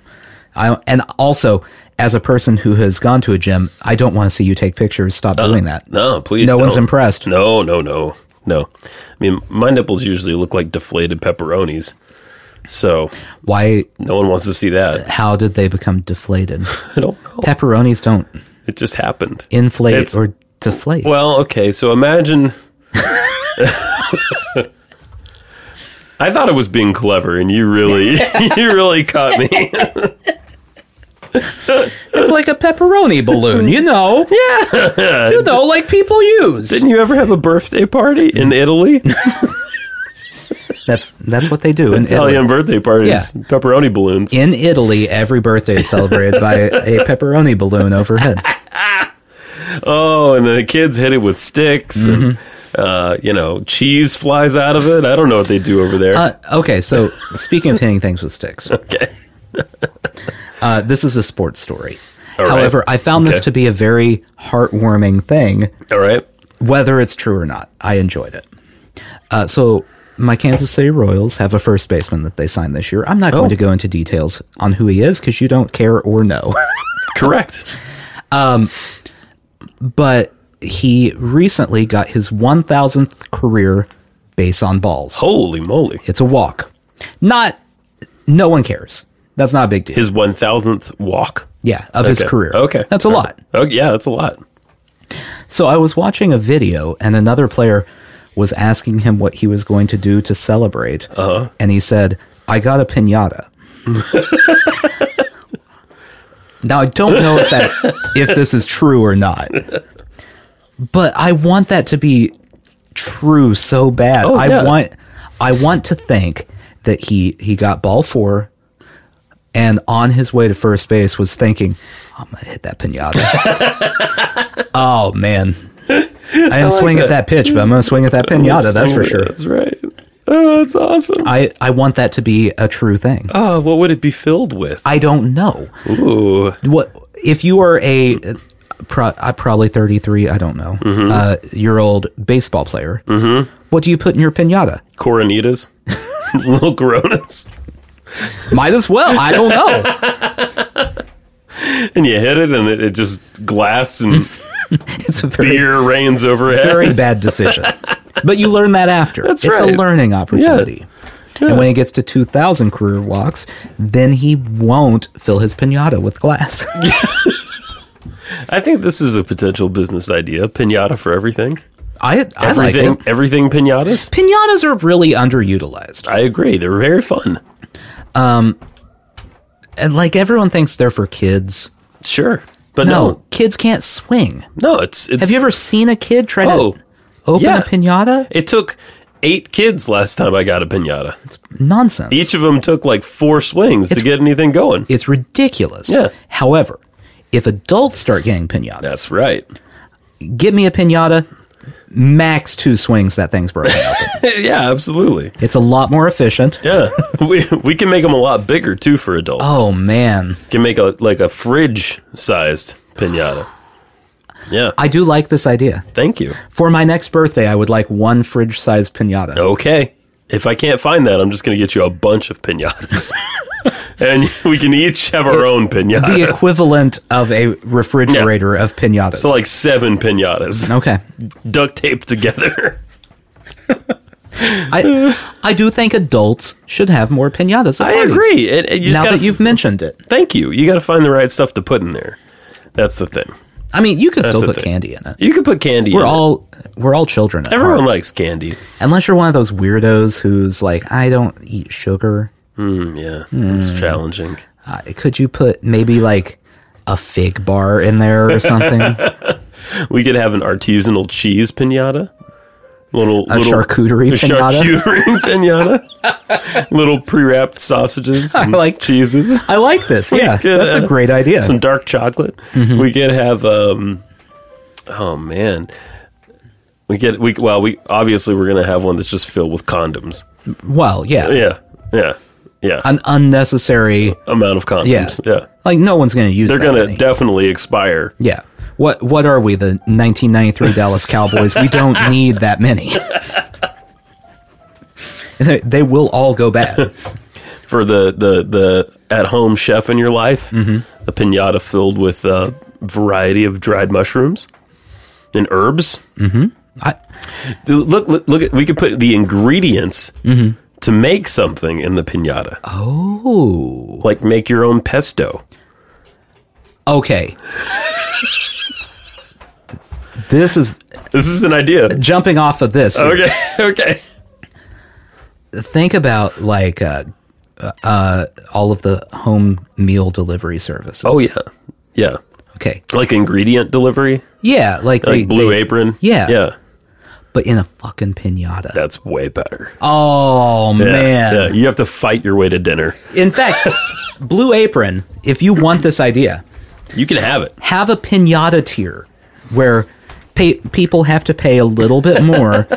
Speaker 1: I don't, and also as a person who has gone to a gym, I don't want to see you take pictures. Stop doing that.
Speaker 2: No, Uh-huh. please.
Speaker 1: No one's
Speaker 2: don't.
Speaker 1: impressed.
Speaker 2: No, no, no, no. I mean, my nipples usually look like deflated pepperonis, so
Speaker 1: Why?
Speaker 2: no one wants to see that. [laughs]
Speaker 1: How did they become deflated?
Speaker 2: I don't know.
Speaker 1: Pepperonis don't
Speaker 2: It just happened.
Speaker 1: inflate
Speaker 2: It's-
Speaker 1: or deflate.
Speaker 2: Well, okay, so imagine. [laughs] I thought it was being clever, and you [laughs] really, you really caught me.
Speaker 1: It's like a pepperoni balloon, you
Speaker 2: [laughs]
Speaker 1: know. yeah, you know, like people use.
Speaker 2: Didn't you ever have a birthday party in [laughs] Italy?
Speaker 1: That's that's what they do in
Speaker 2: Italian
Speaker 1: Italy.
Speaker 2: birthday parties,
Speaker 1: Yeah.
Speaker 2: pepperoni balloons.
Speaker 1: In Italy, every birthday is celebrated by a pepperoni balloon overhead.
Speaker 2: Oh, and the kids hit it with sticks. And, uh, you know, cheese flies out of it. I don't know what they do over there.
Speaker 1: Uh, okay, so speaking of hitting things with sticks,
Speaker 2: okay.
Speaker 1: uh, this is a sports story.
Speaker 2: All right.
Speaker 1: However, I found this
Speaker 2: Okay.
Speaker 1: to be a very heartwarming thing,
Speaker 2: All right.
Speaker 1: whether it's true or not. I enjoyed it. Uh, so, my Kansas City Royals have a first baseman that they signed this year. I'm not
Speaker 2: Oh.
Speaker 1: going to go into details on who he is because you don't care or know. [laughs]
Speaker 2: Correct.
Speaker 1: but he recently got his 1000th career base on balls.
Speaker 2: Holy moly.
Speaker 1: It's a walk. Not, no one cares. That's not a big deal.
Speaker 2: His 1000th walk.
Speaker 1: yeah, of his
Speaker 2: Okay.
Speaker 1: career.
Speaker 2: Okay.
Speaker 1: That's a
Speaker 2: Okay.
Speaker 1: lot.
Speaker 2: Oh, yeah, that's a lot.
Speaker 1: So I was watching a video and another player was asking him what he was going to do to celebrate. Uh-huh. And he said, I got a
Speaker 2: [laughs]
Speaker 1: pinata. now I don't know if that if this is true or not. But I want that to be true so bad.
Speaker 2: Oh, yeah.
Speaker 1: I want I want to think that he he got ball 4 and on his way to [laughs] first base was thinking, I'm going to hit that pinata. oh man, I didn't
Speaker 2: like
Speaker 1: swing at that
Speaker 2: that.
Speaker 1: pitch, but I'm going to swing at [laughs] that pinata. That's for sure. Ah.
Speaker 2: That's right. Oh, that's awesome.
Speaker 1: I, I want that to be a true thing.
Speaker 2: Oh, what would it be filled with?
Speaker 1: I don't know.
Speaker 2: Ooh,
Speaker 1: What if you are a pro, uh, probably 33? I don't know. Uh, year old baseball player. Mm-hmm. What do you put in your pinata?
Speaker 2: coronitas, [laughs] little coronas,
Speaker 1: Might as well. I don't [laughs] know.
Speaker 2: and you hit it, and it, it just glass and
Speaker 1: It's a very, [laughs]
Speaker 2: beer rains overhead.
Speaker 1: very bad decision. [laughs] But you learn that after. That's it's
Speaker 2: right.
Speaker 1: a learning opportunity. And when he gets to 2,000 career walks, then he won't fill his pinata with glass. [laughs]
Speaker 2: I think this is a potential business idea: pinata for everything,
Speaker 1: I, I like
Speaker 2: everything,
Speaker 1: it.
Speaker 2: everything pinatas.
Speaker 1: Pinatas are really underutilized.
Speaker 2: I agree. They're very fun.
Speaker 1: And like everyone thinks they're for kids.
Speaker 2: Sure, but
Speaker 1: No,
Speaker 2: no,
Speaker 1: kids can't swing.
Speaker 2: no, it's it's.
Speaker 1: Have you ever seen a kid try
Speaker 2: Oh,
Speaker 1: to open
Speaker 2: yeah.
Speaker 1: a pinata?
Speaker 2: it took eight kids last time I got a pinata.
Speaker 1: Nonsense.
Speaker 2: Each of them took like four swings to get anything going.
Speaker 1: it's ridiculous.
Speaker 2: Yeah.
Speaker 1: However, if adults start getting pinata,
Speaker 2: That's right.
Speaker 1: get me a pinata, max two swings, that thing's broken
Speaker 2: [laughs]
Speaker 1: open.
Speaker 2: [laughs] yeah, absolutely.
Speaker 1: It's a lot more efficient.
Speaker 2: Yeah, we we can make them a lot bigger too for adults.
Speaker 1: Oh, man.
Speaker 2: can make a like a fridge sized pinata. Yeah,
Speaker 1: I do like this idea.
Speaker 2: thank you.
Speaker 1: For my next birthday, I would like one fridge sized pinata.
Speaker 2: Okay. If I can't find that, I'm just going to get you a bunch of [laughs] pinatas. and we can each have our own
Speaker 1: The
Speaker 2: pinata.
Speaker 1: equivalent of a refrigerator of pinatas.
Speaker 2: So, like seven pinatas
Speaker 1: okay.
Speaker 2: duct taped together.
Speaker 1: I
Speaker 2: [laughs]
Speaker 1: I do think adults should have more pinatas. At
Speaker 2: I
Speaker 1: parties.
Speaker 2: agree. And, and you just
Speaker 1: now
Speaker 2: gotta,
Speaker 1: that you've mentioned it,
Speaker 2: thank you. You got to find the right stuff to put in there. That's the thing.
Speaker 1: I mean, you could still
Speaker 2: a
Speaker 1: put
Speaker 2: thing.
Speaker 1: candy in it.
Speaker 2: You could put candy
Speaker 1: We're
Speaker 2: in it.
Speaker 1: all we're all children. At
Speaker 2: Everyone
Speaker 1: heart.
Speaker 2: likes candy.
Speaker 1: unless you're one of those weirdos who's like, I don't eat sugar.
Speaker 2: Mm, yeah, it's
Speaker 1: Hmm.
Speaker 2: challenging.
Speaker 1: Uh, could you put maybe like a fig bar in there or
Speaker 2: [laughs]
Speaker 1: something? a
Speaker 2: We could have an artisanal cheese pinata. Little, little
Speaker 1: charcuterie pinata.
Speaker 2: charcuterie [laughs] pinata. little pre-wrapped sausages.
Speaker 1: [laughs]
Speaker 2: I
Speaker 1: like-
Speaker 2: cheeses.
Speaker 1: I like this. Yeah, Mm-hmm.
Speaker 2: could,
Speaker 1: that's
Speaker 2: uh,
Speaker 1: a great idea.
Speaker 2: Some dark chocolate. We could have. Um, oh man, we get we well we obviously we're gonna have one that's just filled with condoms.
Speaker 1: well, yeah,
Speaker 2: Yeah, yeah, yeah.
Speaker 1: an unnecessary.
Speaker 2: Amount of condoms. Yeah,
Speaker 1: Like no one's going to use.
Speaker 2: they're
Speaker 1: that
Speaker 2: gonna
Speaker 1: many.
Speaker 2: definitely expire.
Speaker 1: yeah. What what are we? The 1993 Dallas Cowboys. We don't
Speaker 2: [laughs]
Speaker 1: need that many. they, they will all go bad.
Speaker 2: for the the the at home chef in your life,
Speaker 1: Mm-hmm.
Speaker 2: a pinata filled with a variety of dried mushrooms and herbs.
Speaker 1: I,
Speaker 2: Dude, Look, look, look at we could put the ingredients
Speaker 1: Mm-hmm.
Speaker 2: to make something in the pinata,
Speaker 1: Oh. ooh.
Speaker 2: like make your own pesto.
Speaker 1: Okay. this is
Speaker 2: This is an idea.
Speaker 1: jumping off of this.
Speaker 2: [laughs] Okay, okay.
Speaker 1: Think about like uh, uh, all of the home meal delivery services.
Speaker 2: Oh yeah, yeah.
Speaker 1: Okay.
Speaker 2: Like ingredient delivery,
Speaker 1: Yeah, like,
Speaker 2: like
Speaker 1: they,
Speaker 2: Blue
Speaker 1: they-
Speaker 2: Apron.
Speaker 1: yeah.
Speaker 2: yeah.
Speaker 1: but in a fucking pinata.
Speaker 2: That's way better.
Speaker 1: oh
Speaker 2: Yeah,
Speaker 1: man!
Speaker 2: yeah. you have to fight your way to dinner.
Speaker 1: In fact, Blue Apron, if you want this idea,
Speaker 2: You can have it.
Speaker 1: have a pinata tier where pay, people have to pay a little bit more,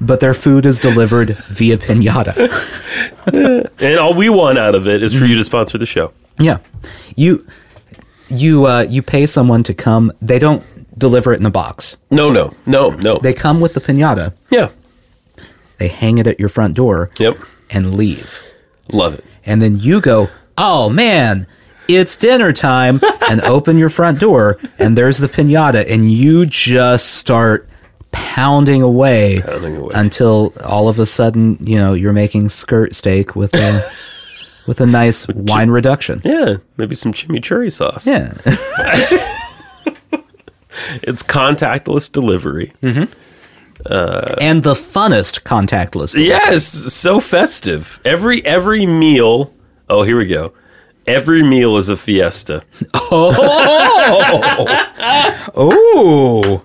Speaker 1: but their food is delivered via pinata.
Speaker 2: And all we want out of it is for you to sponsor the show.
Speaker 1: Yeah, you you uh, you pay someone to come. They don't deliver it in a box.
Speaker 2: No, no, no, no.
Speaker 1: They come with the pinata.
Speaker 2: yeah.
Speaker 1: They hang it at your front door.
Speaker 2: Yep.
Speaker 1: and leave.
Speaker 2: Love it.
Speaker 1: And then you go, oh man, it's dinner
Speaker 2: [laughs]
Speaker 1: time, and open your front door, and there's the pinata, and you just start pounding away,
Speaker 2: Pounding away.
Speaker 1: until all of a sudden, you know, you're making skirt steak with
Speaker 2: [laughs]
Speaker 1: a with a nice wine reduction.
Speaker 2: Yeah. Maybe some chimichurri sauce.
Speaker 1: Yeah.
Speaker 2: It's contactless delivery.
Speaker 1: and the funnest contactless.
Speaker 2: Yes. So festive. Every every meal. Oh, here we go. Every meal is a [laughs] fiesta.
Speaker 1: Ooh.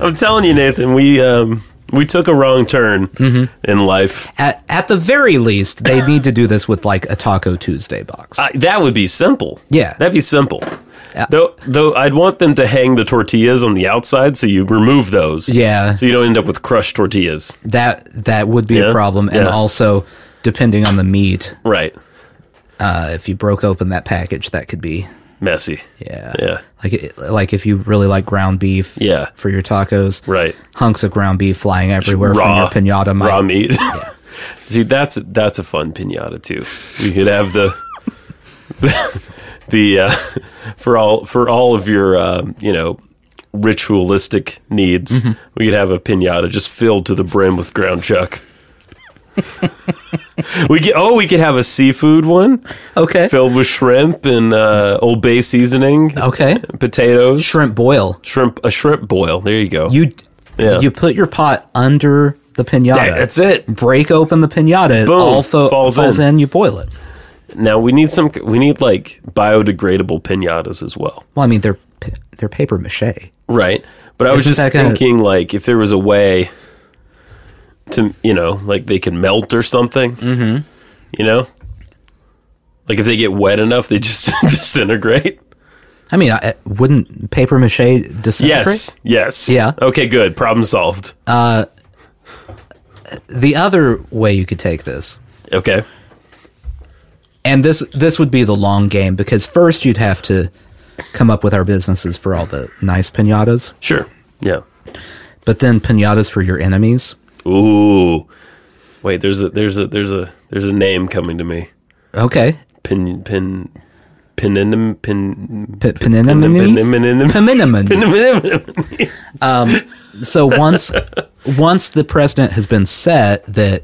Speaker 2: I'm telling you, Nathan, we um we took a wrong turn
Speaker 1: Mm-hmm.
Speaker 2: in life.
Speaker 1: At, at the very least,
Speaker 2: [laughs]
Speaker 1: they need to do this with like a Taco Tuesday box.
Speaker 2: I, that would be simple.
Speaker 1: Yeah.
Speaker 2: That'd be simple. Though, though, I'd want them to hang the tortillas on the outside, so you remove those.
Speaker 1: Yeah.
Speaker 2: So you don't end up with crushed tortillas.
Speaker 1: That that would be
Speaker 2: Yeah,
Speaker 1: a problem, and
Speaker 2: yeah.
Speaker 1: also depending on the meat,
Speaker 2: Right.
Speaker 1: uh, if you broke open that package, that could be
Speaker 2: Messy.
Speaker 1: yeah,
Speaker 2: Yeah.
Speaker 1: Like it- like if you really like ground beef,
Speaker 2: Yeah.
Speaker 1: for your tacos,
Speaker 2: Right.
Speaker 1: Hunks of ground beef flying everywhere
Speaker 2: raw
Speaker 1: from your pinata.
Speaker 2: raw
Speaker 1: might-
Speaker 2: meat. [laughs] See, that's that's a fun pinata too. We could have the the [laughs] uh, for all for all of your um, you know ritualistic needs,
Speaker 1: Mm-hmm.
Speaker 2: we could have a pinata just filled to the brim with ground chuck.
Speaker 1: [laughs]
Speaker 2: we get oh, we could have a seafood one
Speaker 1: Okay.
Speaker 2: filled with shrimp and uh, Old Bay seasoning,
Speaker 1: Okay.
Speaker 2: potatoes,
Speaker 1: Shrimp boil.
Speaker 2: shrimp a shrimp boil. There you go.
Speaker 1: You
Speaker 2: Yeah.
Speaker 1: you put your pot under the pinata.
Speaker 2: Yeah, that's it.
Speaker 1: Break open the pinata. it
Speaker 2: Boom,
Speaker 1: all fo-
Speaker 2: falls
Speaker 1: falls,
Speaker 2: in.
Speaker 1: in. You boil it.
Speaker 2: Now we need some. We need like biodegradable pinatas as well,
Speaker 1: Well, I mean they're pa- they're paper mache.
Speaker 2: right? But I was
Speaker 1: Isn't
Speaker 2: just
Speaker 1: that kinda-
Speaker 2: thinking, like, if there was a way to, you know, like they could melt or something. Mm-hmm. You know, like if they get wet enough, they just [laughs] disintegrate.
Speaker 1: I mean, I, wouldn't paper mache disintegrate?
Speaker 2: Yes. Yes.
Speaker 1: Yeah.
Speaker 2: Okay. Good. Problem solved.
Speaker 1: The other way you could take this,
Speaker 2: okay.
Speaker 1: and this this would be the long game because first you'd have to come up with our businesses for all the nice pinatas,
Speaker 2: Sure. Yeah.
Speaker 1: but then pinatas for your enemies.
Speaker 2: Ooh. Wait. There's a. There's a. There's a. There's a name coming to me.
Speaker 1: Okay,
Speaker 2: Pin. Pin. Pin. Pin.
Speaker 1: P- pininamies. Pininamin.
Speaker 2: Pin.
Speaker 1: Um, So once once the precedent has been set that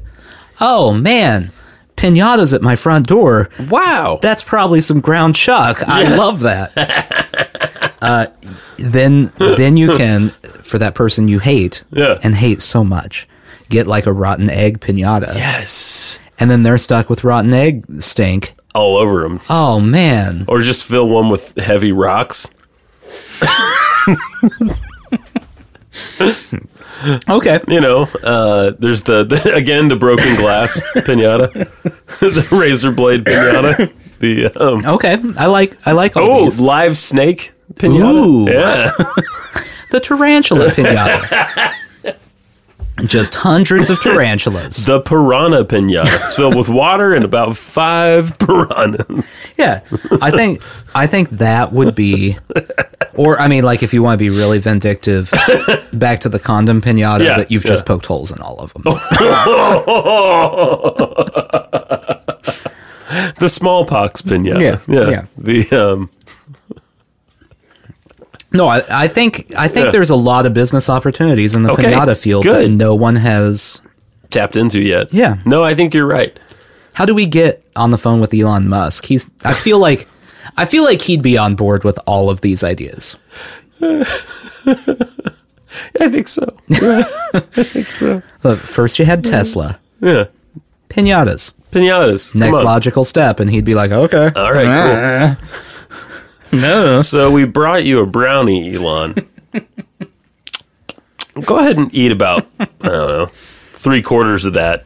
Speaker 1: oh man, pinatas at my front door.
Speaker 2: Wow.
Speaker 1: That's probably some ground chuck. I love that. uh,
Speaker 2: [laughs]
Speaker 1: then then you can for that person you hate
Speaker 2: Yeah.
Speaker 1: and hate so much. Get like a rotten egg pinata,
Speaker 2: yes.
Speaker 1: and then they're stuck with rotten egg stink.
Speaker 2: All over them.
Speaker 1: Oh man!
Speaker 2: Or just fill one with heavy rocks.
Speaker 1: Okay,
Speaker 2: You know, uh, there's the, the- [laughs] again the broken glass [laughs] pinata, the razor blade pinata, the um,
Speaker 1: okay. I like I like all
Speaker 2: oh
Speaker 1: these.
Speaker 2: live snake pinata.
Speaker 1: Ooh.
Speaker 2: Yeah,
Speaker 1: The tarantula pinata.
Speaker 2: [laughs]
Speaker 1: Just hundreds of tarantulas.
Speaker 2: the piranha pinata. It's filled with water and about five piranhas.
Speaker 1: Yeah, I think I think that would be, or I mean, like if you want to be really vindictive, back to the condom pinata,
Speaker 2: Yeah,
Speaker 1: but you've
Speaker 2: yeah. Oh.
Speaker 1: just poked holes in all of them.
Speaker 2: The smallpox pinata.
Speaker 1: Yeah,
Speaker 2: yeah.
Speaker 1: yeah.
Speaker 2: The um,
Speaker 1: No, I, I think I think
Speaker 2: Yeah.
Speaker 1: there's a lot of business opportunities in the
Speaker 2: Okay,
Speaker 1: pinata field
Speaker 2: good.
Speaker 1: that no one has.
Speaker 2: tapped into yet?
Speaker 1: Yeah.
Speaker 2: No, I think you're right.
Speaker 1: How do we get on the phone with Elon Musk? He's. I feel like, I feel like he'd be on board with all of these ideas.
Speaker 2: [laughs] I think so. I think so.
Speaker 1: Look, first you had Tesla,
Speaker 2: Mm-hmm. Yeah.
Speaker 1: pinatas.
Speaker 2: Pinatas. Come
Speaker 1: Next
Speaker 2: on.
Speaker 1: logical step, and he'd be like, okay,
Speaker 2: All right,
Speaker 1: no, [laughs]
Speaker 2: cool. So we brought you a brownie, Elon. Go ahead and eat about, I don't know, three quarters of that.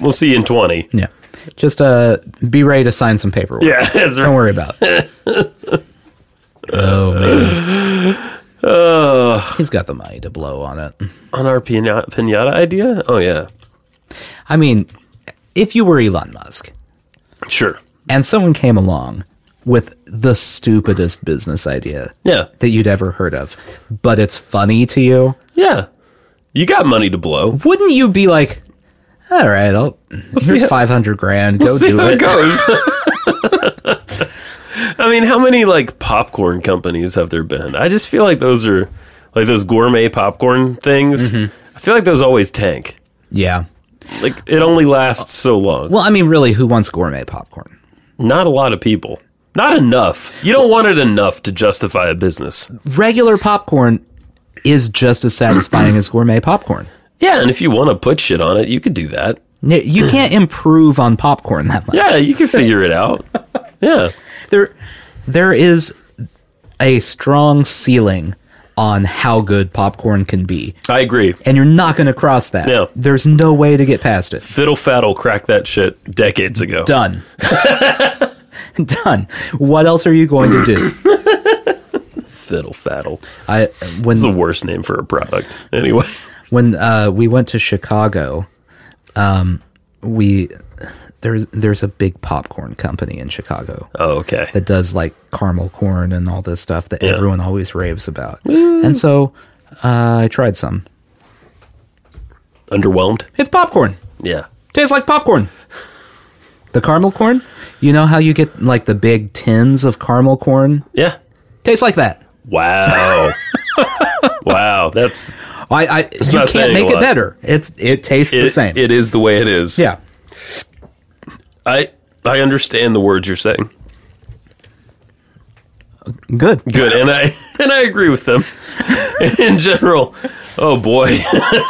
Speaker 2: We'll see you in 20.
Speaker 1: yeah, just uh, be ready to sign some paperwork.
Speaker 2: Yeah, [laughs] that's
Speaker 1: Don't
Speaker 2: right.
Speaker 1: worry about
Speaker 2: [laughs]
Speaker 1: it. oh man. He's got the money to blow on it.
Speaker 2: On our pinata, pinata idea? Oh, yeah.
Speaker 1: I mean, if you were Elon Musk
Speaker 2: Sure.
Speaker 1: and someone came along with the stupidest business idea
Speaker 2: Yeah.
Speaker 1: that you'd ever heard of, but it's funny to you,
Speaker 2: Yeah. You got money to blow.
Speaker 1: wouldn't you be like, all right, I'll, here's
Speaker 2: how-
Speaker 1: 500 grand. Go
Speaker 2: see
Speaker 1: do
Speaker 2: how it
Speaker 1: it. [laughs]
Speaker 2: goes. [laughs] I mean, how many like popcorn companies have there been? I just feel like those are like those gourmet popcorn things.
Speaker 1: Mm-hmm.
Speaker 2: I feel like those always tank.
Speaker 1: Yeah.
Speaker 2: Like it only lasts so long.
Speaker 1: Well, I mean, really, who wants gourmet popcorn?
Speaker 2: Not a lot of people. Not enough. You don't want it enough to justify a business.
Speaker 1: Regular popcorn is just as satisfying as gourmet popcorn.
Speaker 2: Yeah, and if you want to put shit on it, you could do that.
Speaker 1: Yeah, You can't improve on popcorn that much.
Speaker 2: Yeah, you can figure it out. Yeah.
Speaker 1: There, there is a strong ceiling on how good popcorn can be,
Speaker 2: I agree.
Speaker 1: and you're not going to cross that.
Speaker 2: No.
Speaker 1: There's no way to get past it.
Speaker 2: Fiddle faddle cracked that shit decades ago. [laughs]
Speaker 1: Done. Done. What else are you going to do?
Speaker 2: Fiddle faddle.
Speaker 1: I when
Speaker 2: It's the worst name for a product. Anyway,
Speaker 1: when uh, we went to Chicago, um, we there's there's a big popcorn company in Chicago
Speaker 2: oh okay.
Speaker 1: that does like caramel corn and all this stuff that everyone always raves about, and so uh, I tried some.
Speaker 2: Underwhelmed.
Speaker 1: It's popcorn.
Speaker 2: Yeah.
Speaker 1: Tastes like popcorn. The caramel corn. You know how you get like the big tins of caramel corn.
Speaker 2: Yeah.
Speaker 1: Tastes like that. [laughs]
Speaker 2: Wow. wow. That's
Speaker 1: I, I you
Speaker 2: not
Speaker 1: can't
Speaker 2: saying a
Speaker 1: make it
Speaker 2: lot.
Speaker 1: better. It's it tastes
Speaker 2: it,
Speaker 1: the same.
Speaker 2: It is the way it is.
Speaker 1: yeah.
Speaker 2: I I understand the words you're saying.
Speaker 1: Good.
Speaker 2: Good, and I [laughs] and I agree with them [laughs] in general. Oh boy. [laughs]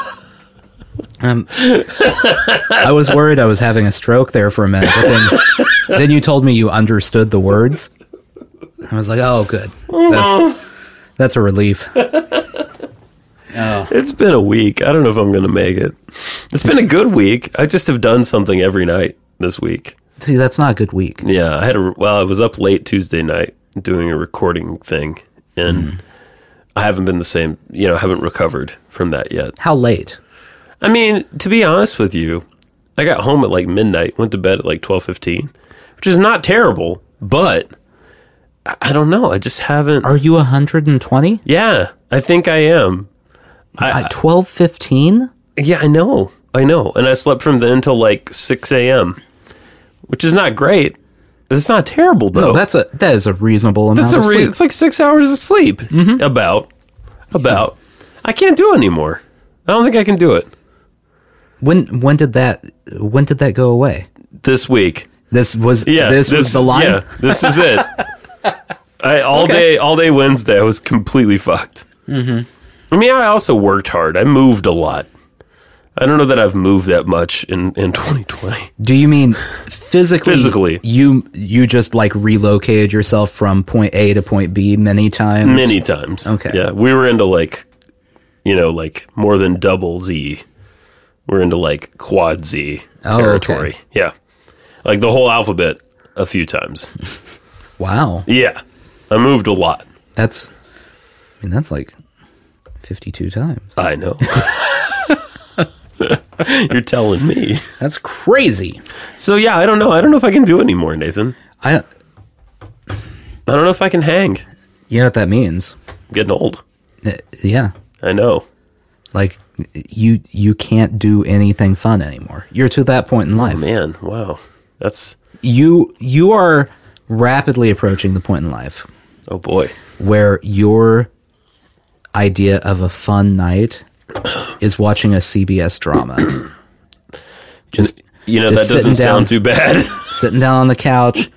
Speaker 1: Um, I was worried I was having a stroke there for a minute, but
Speaker 2: [laughs]
Speaker 1: then, then you told me you understood the words. I was like, oh, good. That's, that's a relief.
Speaker 2: It's been a week. I don't know if I'm going to make it. It's been a good week. I just have done something every night this week.
Speaker 1: See, that's not a good week.
Speaker 2: Yeah, I had a well, I was up late Tuesday night doing a recording thing and
Speaker 1: Mm.
Speaker 2: I haven't been the same, you know, haven't recovered from that yet.
Speaker 1: How late?
Speaker 2: I mean, to be honest with you, I got home at like midnight, went to bed at like 12:15, which is not terrible, but I, I don't know, I just haven't
Speaker 1: Are you 120?
Speaker 2: Yeah, I think I am.
Speaker 1: At 1215?
Speaker 2: Yeah, I know. I know. And I slept from then till like 6 a.m., which is not great. It's not terrible, though.
Speaker 1: No, that's a, that is a reasonable amount
Speaker 2: That's a
Speaker 1: of
Speaker 2: re-
Speaker 1: sleep. Mm-hmm.
Speaker 2: it's like six hours of sleep. About. About. I can't do it anymore. I don't think I can do it
Speaker 1: when, when did that, when did that go away?
Speaker 2: this week.
Speaker 1: This was,
Speaker 2: Yeah.
Speaker 1: this, was the line?
Speaker 2: Yeah, this is
Speaker 1: [laughs]
Speaker 2: it. I, all day, all day Wednesday, I was completely fucked. Mm-hmm. I mean, I also worked hard. I moved a lot. I don't know that I've moved that much in, in [laughs] 2020.
Speaker 1: Do you mean physically?
Speaker 2: Physically.
Speaker 1: you you just like relocated yourself from point A to point B many times.
Speaker 2: many times.
Speaker 1: Okay.
Speaker 2: Yeah, we were into like, you know, like more than double Z. We're into like quad Z
Speaker 1: Oh,
Speaker 2: territory.
Speaker 1: okay.
Speaker 2: Yeah, like the whole alphabet a few times.
Speaker 1: Wow,
Speaker 2: Yeah, I moved a lot.
Speaker 1: that's. I mean, that's like fifty-two times.
Speaker 2: I [laughs] know. You're telling me.
Speaker 1: That's crazy.
Speaker 2: So yeah, I don't know. I don't know if I can do it anymore, Nathan.
Speaker 1: I.
Speaker 2: I don't know if I can hang. I'm
Speaker 1: You know what that means?
Speaker 2: getting old.
Speaker 1: Uh, Yeah,
Speaker 2: I know.
Speaker 1: like you you can't do anything fun anymore. You're to that point in life.
Speaker 2: Oh, Man, wow. That's
Speaker 1: You you are rapidly approaching the point in life
Speaker 2: oh boy.
Speaker 1: where your idea of a fun night [coughs] is watching a CBS drama. [coughs] just
Speaker 2: You know
Speaker 1: Just
Speaker 2: that doesn't
Speaker 1: sitting down.
Speaker 2: sound too [laughs] bad.
Speaker 1: sitting down on the couch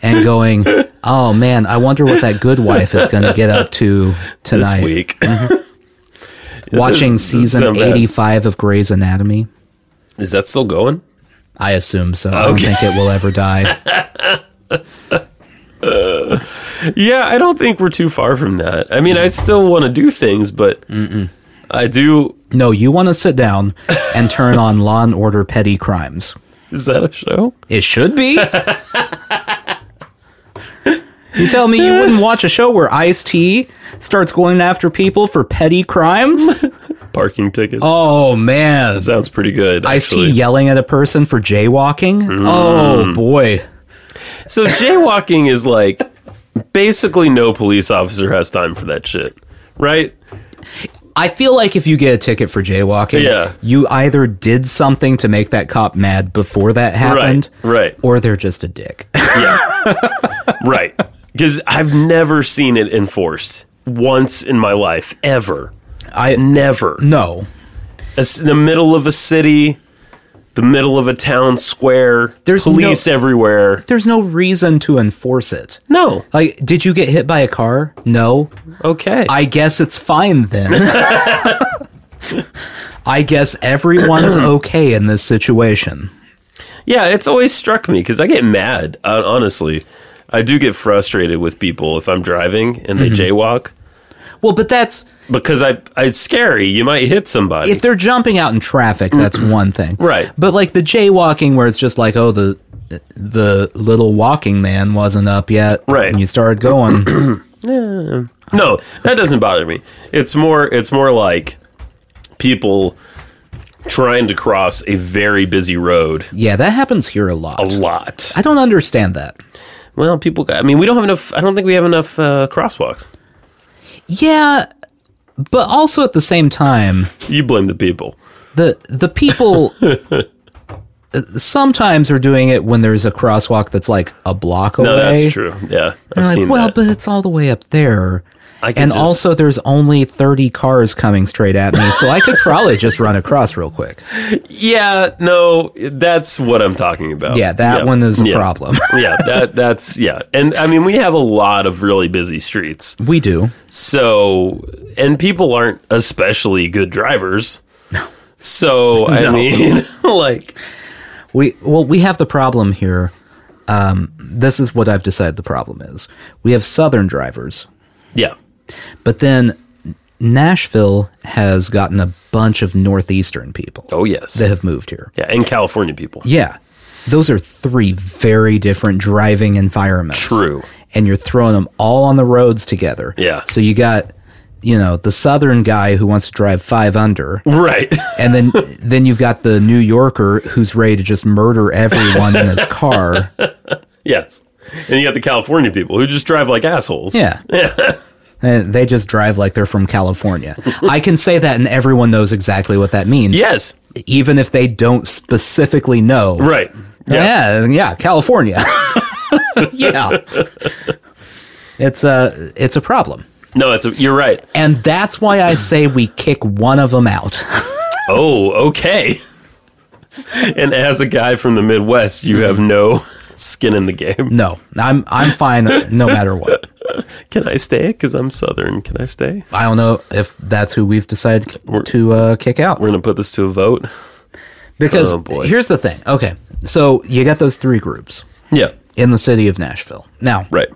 Speaker 1: and going, "Oh man, I wonder what that good wife is going to get up to
Speaker 2: [laughs] this
Speaker 1: tonight."
Speaker 2: week.
Speaker 1: Watching
Speaker 2: This- this
Speaker 1: season
Speaker 2: sound bad.
Speaker 1: 85 of Grey's Anatomy.
Speaker 2: Is that still going?
Speaker 1: I assume so. I don't
Speaker 2: Okay.
Speaker 1: think it will ever
Speaker 2: [laughs]
Speaker 1: die.
Speaker 2: Yeah, I don't think we're too far from that. I mean, I still want to do things, but I do.
Speaker 1: No, you want to sit down and turn on Law and Order Petty Crimes.
Speaker 2: Is that a show?
Speaker 1: It should
Speaker 2: [laughs]
Speaker 1: be. you tell me you wouldn't watch a show where Ice T starts going after people for petty crimes?
Speaker 2: [laughs] Parking tickets.
Speaker 1: Oh man.
Speaker 2: Sounds pretty good.
Speaker 1: Ice T
Speaker 2: Actually. Mm.
Speaker 1: yelling at a person for jaywalking? Oh boy.
Speaker 2: So jaywalking is like basically no police officer has time for that shit, right?
Speaker 1: I feel like if you get a ticket for jaywalking,
Speaker 2: Yeah.
Speaker 1: you either did something to make that cop mad before that happened,
Speaker 2: right.
Speaker 1: or they're just a dick. [laughs]
Speaker 2: Yeah, right. Because I've never seen it enforced once in my life, ever,
Speaker 1: I
Speaker 2: never.
Speaker 1: no.
Speaker 2: It's in the middle of a city, the middle of a town square.
Speaker 1: There's
Speaker 2: police everywhere.
Speaker 1: There's no reason to enforce it.
Speaker 2: No.
Speaker 1: Like, did you get hit by a car? No.
Speaker 2: Okay.
Speaker 1: I guess it's fine then. [laughs] I guess
Speaker 2: [clears throat]
Speaker 1: everyone's okay in this situation.
Speaker 2: Yeah, it's always struck me because I get mad. Uh, honestly, I do get frustrated with people if I'm driving and they
Speaker 1: Mm-hmm.
Speaker 2: jaywalk
Speaker 1: Well, but that's
Speaker 2: because I it's scary. You might hit somebody.
Speaker 1: if they're jumping out in traffic, that's one thing.
Speaker 2: Right.
Speaker 1: But like the jaywalking where it's just like, oh, the the little walking man wasn't up yet.
Speaker 2: Right. [clears throat]
Speaker 1: And you started going.
Speaker 2: No, that doesn't bother me. It's more it's more like people trying to cross a very busy road
Speaker 1: Yeah, that happens here a lot.
Speaker 2: a lot.
Speaker 1: I don't understand that.
Speaker 2: Well, people got, I mean, we don't have enough I don't think we have enough uh, crosswalks.
Speaker 1: Yeah, but also at the same time,
Speaker 2: You blame the people.
Speaker 1: the the
Speaker 2: [laughs]
Speaker 1: people uh, sometimes are doing it when there's a crosswalk that's like a block away.
Speaker 2: No, that's true. Yeah. I've
Speaker 1: They're
Speaker 2: seen
Speaker 1: like, well,
Speaker 2: that.
Speaker 1: but it's all the way up there.
Speaker 2: I can
Speaker 1: And
Speaker 2: just-
Speaker 1: also, there's only 30 cars coming straight at me, so I could probably just run across real quick.
Speaker 2: Yeah, no, that's what I'm talking about.
Speaker 1: Yeah, that one is a
Speaker 2: Yeah.
Speaker 1: problem. [laughs]
Speaker 2: yeah, that that's yeah. And I mean, we have a lot of really busy streets.
Speaker 1: we do.
Speaker 2: So, and people aren't especially good drivers. So, I mean, [laughs] like
Speaker 1: We well, we have the problem here. Um, this is what I've decided the problem is. We have southern drivers,
Speaker 2: yeah.
Speaker 1: but then Nashville has gotten a bunch of northeastern people
Speaker 2: Oh, yes.
Speaker 1: that have moved here.
Speaker 2: Yeah, and California people.
Speaker 1: Yeah. Those are three very different driving environments.
Speaker 2: True.
Speaker 1: And you're throwing them all on the roads together.
Speaker 2: Yeah.
Speaker 1: So you got, you know, the southern guy who wants to drive five under,
Speaker 2: Right. [laughs]
Speaker 1: and then then you've got the New Yorker who's ready to just murder everyone in his car.
Speaker 2: yes. And you got the California people who just drive like assholes.
Speaker 1: Yeah. And they just drive like they're from California. I can say that, and everyone knows exactly what that means.
Speaker 2: Yes.
Speaker 1: Even if they don't specifically know.
Speaker 2: Right. Yeah.
Speaker 1: Yeah, yeah, California. [laughs] yeah. It's a it's a problem.
Speaker 2: No, it's a, you're right.
Speaker 1: And that's why I say we kick one of them out.
Speaker 2: Oh, okay. [laughs] and as a guy from the Midwest, you have no [laughs] skin in the game.
Speaker 1: No, I'm I'm fine no matter what.
Speaker 2: Can I stay? Because I'm Southern. Can I stay?
Speaker 1: I don't know if that's who we've decided to uh, kick out.
Speaker 2: We're gonna put this to a vote.
Speaker 1: Because
Speaker 2: Oh, boy.
Speaker 1: here's the thing. Okay, so you got those three groups
Speaker 2: Yeah.
Speaker 1: in the city of Nashville. Now
Speaker 2: Right.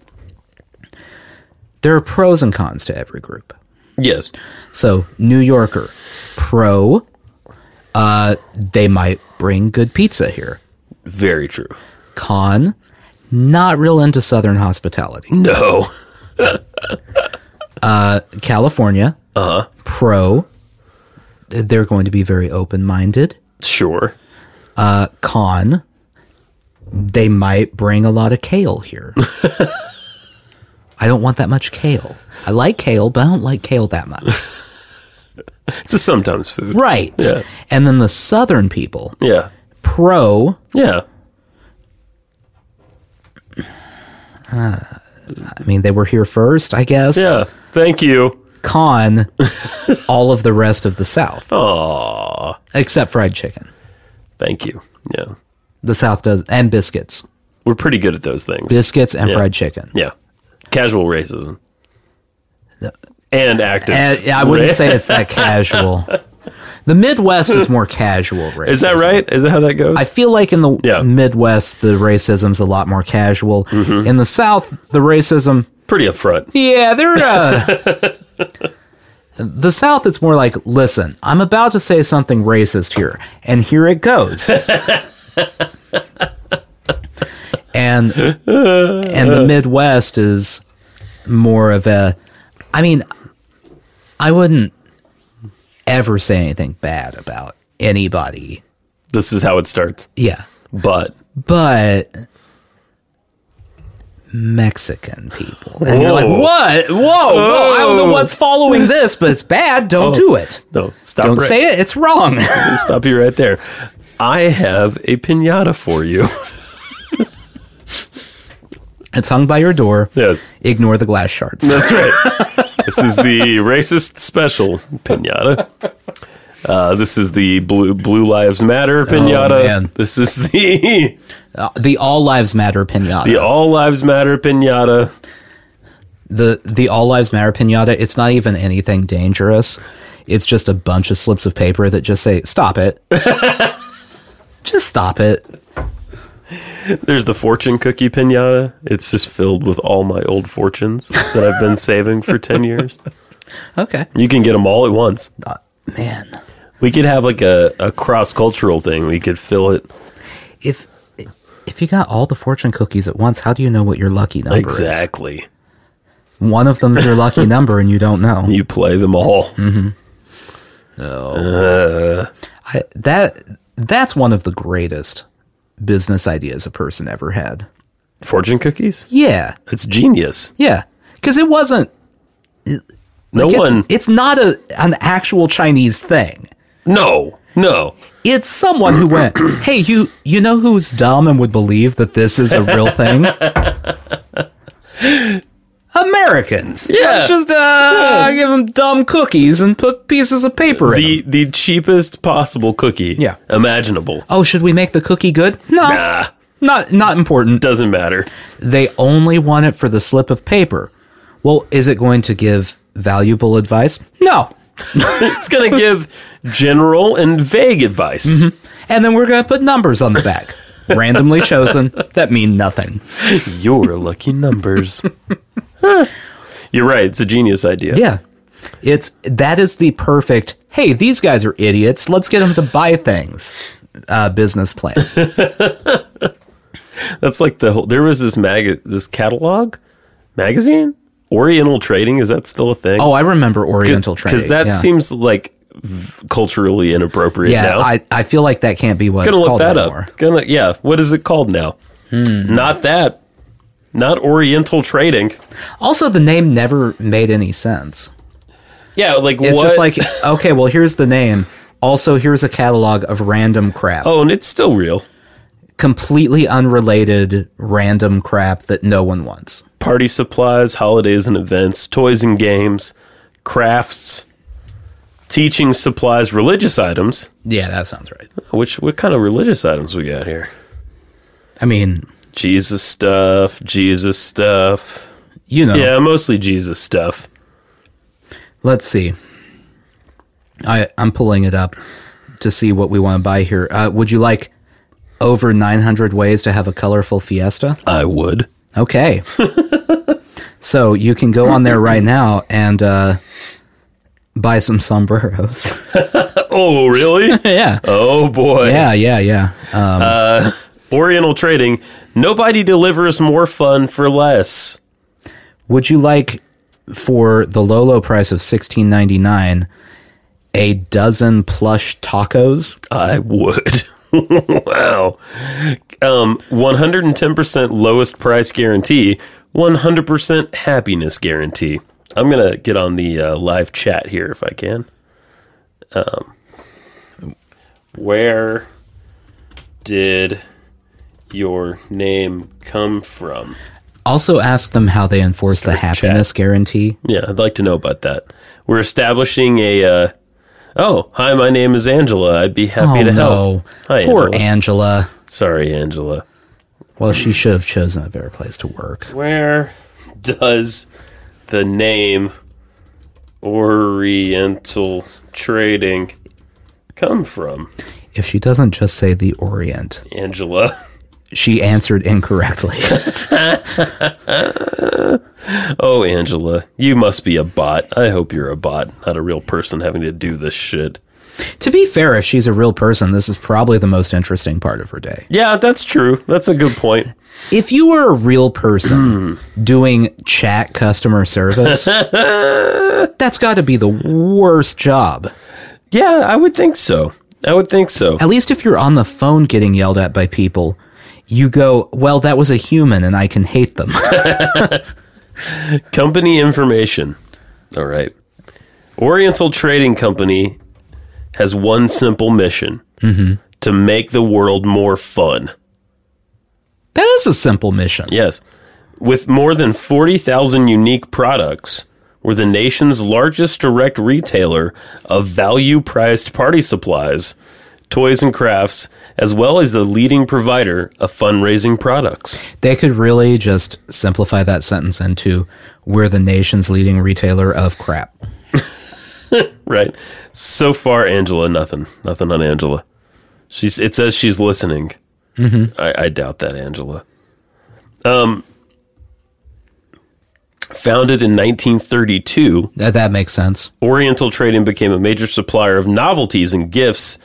Speaker 1: there are pros and cons to every group.
Speaker 2: Yes.
Speaker 1: So New Yorker, pro. Uh, they might bring good pizza here.
Speaker 2: Very true.
Speaker 1: con not real into southern hospitality
Speaker 2: No. [laughs]
Speaker 1: california uh
Speaker 2: Uh-huh.
Speaker 1: pro they're going to be very open-minded
Speaker 2: Sure.
Speaker 1: con they might bring a lot of kale
Speaker 2: [laughs]
Speaker 1: here i don't want that much kale i like kale but i don't like kale that much
Speaker 2: [laughs] It's a sometimes food.
Speaker 1: right
Speaker 2: Yeah.
Speaker 1: and then the southern people
Speaker 2: Yeah.
Speaker 1: pro
Speaker 2: Yeah.
Speaker 1: i mean they were here first i guess
Speaker 2: Yeah. Thank you. [laughs]
Speaker 1: con all of the rest of the south
Speaker 2: Aw.
Speaker 1: except fried chicken
Speaker 2: Thank you. Yeah.
Speaker 1: the south does and biscuits
Speaker 2: We're pretty good at those things.
Speaker 1: biscuits and fried chicken.
Speaker 2: yeah. Casual racism. And active.
Speaker 1: And Eh, I wouldn't say it's that casual. The Midwest is more casual racism.
Speaker 2: [laughs] Is that right? Is that how that goes?
Speaker 1: I feel like in the
Speaker 2: Yeah.
Speaker 1: Midwest, the racism's a lot more casual.
Speaker 2: Mm-hmm.
Speaker 1: In the South, the racism,
Speaker 2: pretty upfront.
Speaker 1: yeah, they're. Uh, [laughs] the South, it's more like, listen, I'm about to say something racist here, and here it [laughs] goes. and and the Midwest is more of a. I mean, I wouldn't ever say anything bad about anybody.
Speaker 2: This is how it starts.
Speaker 1: Yeah,
Speaker 2: But
Speaker 1: but Mexican people. And you're like,
Speaker 2: Whoa.
Speaker 1: what? Whoa, whoa! I don't know
Speaker 2: Oh.
Speaker 1: what's following this, but it's bad. Don't do it.
Speaker 2: no, stop.
Speaker 1: Don't
Speaker 2: right,
Speaker 1: say it. It's
Speaker 2: [laughs]
Speaker 1: wrong.
Speaker 2: Stop you right there. I have a pinata for you. [laughs]
Speaker 1: it's hung by your door.
Speaker 2: yes,
Speaker 1: Ignore the glass shards.
Speaker 2: that's right. [laughs] this is the racist special pinata. Uh, this is the blue Blue Lives Matter pinata.
Speaker 1: man.
Speaker 2: this is the
Speaker 1: Uh, the All Lives Matter pinata.
Speaker 2: the All Lives Matter pinata.
Speaker 1: the the All Lives Matter pinata. It's not even anything dangerous. It's just a bunch of slips of paper that just say, "Stop
Speaker 2: [laughs]
Speaker 1: it." just stop it.
Speaker 2: There's the fortune cookie pinata. It's just filled with all my old fortunes that I've been saving for ten years.
Speaker 1: Okay,
Speaker 2: You can get them all at once.
Speaker 1: man.
Speaker 2: We could have like a, a cross cultural thing. We could fill it
Speaker 1: if if you got all the fortune cookies at once, how do you know what your lucky number is?
Speaker 2: exactly.
Speaker 1: One of them's your
Speaker 2: [laughs]
Speaker 1: lucky number, and you don't know.
Speaker 2: You play them all.
Speaker 1: I, that that's one of the greatest business ideas a person ever had.
Speaker 2: Fortune cookies?
Speaker 1: Yeah,
Speaker 2: It's genius.
Speaker 1: yeah, because it wasn't.
Speaker 2: No
Speaker 1: it's,
Speaker 2: one.
Speaker 1: It's not a an actual Chinese thing.
Speaker 2: No. No.
Speaker 1: It's someone who
Speaker 2: [clears throat]
Speaker 1: went, "Hey, you you know who's dumb and would believe that this is a real
Speaker 2: [laughs]
Speaker 1: thing." Americans.
Speaker 2: Yeah.
Speaker 1: Let's just uh, give them dumb cookies and put pieces of paper in. 'em.
Speaker 2: The the cheapest possible cookie.
Speaker 1: Yeah.
Speaker 2: Imaginable.
Speaker 1: Oh, should we make the cookie good? No,
Speaker 2: Nah.
Speaker 1: not not important.
Speaker 2: Doesn't matter.
Speaker 1: they only want it for the slip of paper. Well, is it going to give valuable advice? No.
Speaker 2: It's gonna [laughs] give general and vague advice.
Speaker 1: Mm-hmm. And then we're going to put numbers on the
Speaker 2: [laughs]
Speaker 1: back, randomly chosen that mean nothing.
Speaker 2: Your
Speaker 1: [laughs]
Speaker 2: lucky numbers. You're right. It's a genius idea.
Speaker 1: Yeah. It's that is the perfect, hey, these guys are idiots. Let's get them to buy things. Uh, business
Speaker 2: [laughs]
Speaker 1: plan.
Speaker 2: That's like the whole. There was this mag, this catalog, magazine, Oriental Trading. Is that still a thing?
Speaker 1: Oh, I remember Oriental Trading.
Speaker 2: because that
Speaker 1: yeah.
Speaker 2: seems like v- culturally inappropriate.
Speaker 1: Yeah,
Speaker 2: now.
Speaker 1: I, I feel like that can't be what
Speaker 2: gonna
Speaker 1: it's
Speaker 2: look
Speaker 1: called Hmm.
Speaker 2: that
Speaker 1: anymore.
Speaker 2: up. Gonna yeah. What is it called now? Not that. Not Oriental Trading.
Speaker 1: Also, the name never made any sense.
Speaker 2: Yeah, like
Speaker 1: It's
Speaker 2: what?
Speaker 1: just like, okay, well, here's the name. Also, here's a catalog of random crap.
Speaker 2: oh, and it's still real.
Speaker 1: completely unrelated random crap that no one wants.
Speaker 2: Party supplies, holidays and events, toys and games, crafts, teaching supplies, religious items.
Speaker 1: Yeah, that sounds right.
Speaker 2: Which what kind of religious items we got here?
Speaker 1: I mean,
Speaker 2: Jesus stuff, Jesus stuff.
Speaker 1: you know,
Speaker 2: Yeah, mostly Jesus stuff.
Speaker 1: let's see. I I'm pulling it up to see what we want to buy here. Uh, would you like over 900 ways to have a colorful fiesta?
Speaker 2: I would.
Speaker 1: Okay. so you can go on there right now and uh, buy some sombreros. [laughs]
Speaker 2: Oh, really?
Speaker 1: yeah.
Speaker 2: oh boy.
Speaker 1: Yeah, yeah, yeah.
Speaker 2: Oriental Trading, nobody delivers more fun for less.
Speaker 1: Would you like for the low low price of sixteen ninety nine a dozen plush tacos?
Speaker 2: I would. [laughs] wow. Um 110% lowest price guarantee, 100% happiness guarantee. I'm going to get on the uh, live chat here if I can. Um where did your name come from?
Speaker 1: Also ask them how they enforce the happiness guarantee.
Speaker 2: Yeah, I'd like to know about that. We're establishing a. Uh, oh, hi, my name is Angela. I'd be happy
Speaker 1: Oh
Speaker 2: to
Speaker 1: no.
Speaker 2: help. Hi,
Speaker 1: Poor
Speaker 2: Angela.
Speaker 1: Angela.
Speaker 2: Sorry, Angela.
Speaker 1: Well, she should have chosen a better place to work.
Speaker 2: Where does the name Oriental Trading come from,
Speaker 1: If she doesn't just say the Orient,
Speaker 2: Angela? [laughs]
Speaker 1: she answered [laughs] incorrectly.
Speaker 2: Oh, Angela, you must be a bot. I hope you're a bot, not a real person having to do this shit.
Speaker 1: to be fair, if she's a real person, this is probably the most interesting part of her day.
Speaker 2: Yeah, that's true. That's a good point.
Speaker 1: If you were a real person doing chat customer service, that's got to be the worst job.
Speaker 2: Yeah, I would think so. I would think so.
Speaker 1: At least if you're on the phone getting yelled at by people, you go, well, that was a human and I can hate them. [laughs]
Speaker 2: Company information. All right. Oriental Trading Company has one simple mission to make the world more fun.
Speaker 1: that is a simple mission.
Speaker 2: Yes. With more than 40,000 unique products, we're the nation's largest direct retailer of value priced party supplies, toys, and crafts, as well as the leading provider of fundraising products.
Speaker 1: They could really just simplify that sentence into, we're the nation's leading retailer of crap.
Speaker 2: Right. So far, Angela, nothing. Nothing on Angela. She's. It says she's listening. Mm-hmm. I, I doubt that, Angela. Um. Founded in 1932,
Speaker 1: That, that makes sense.
Speaker 2: Oriental Trading became a major supplier of novelties and gifts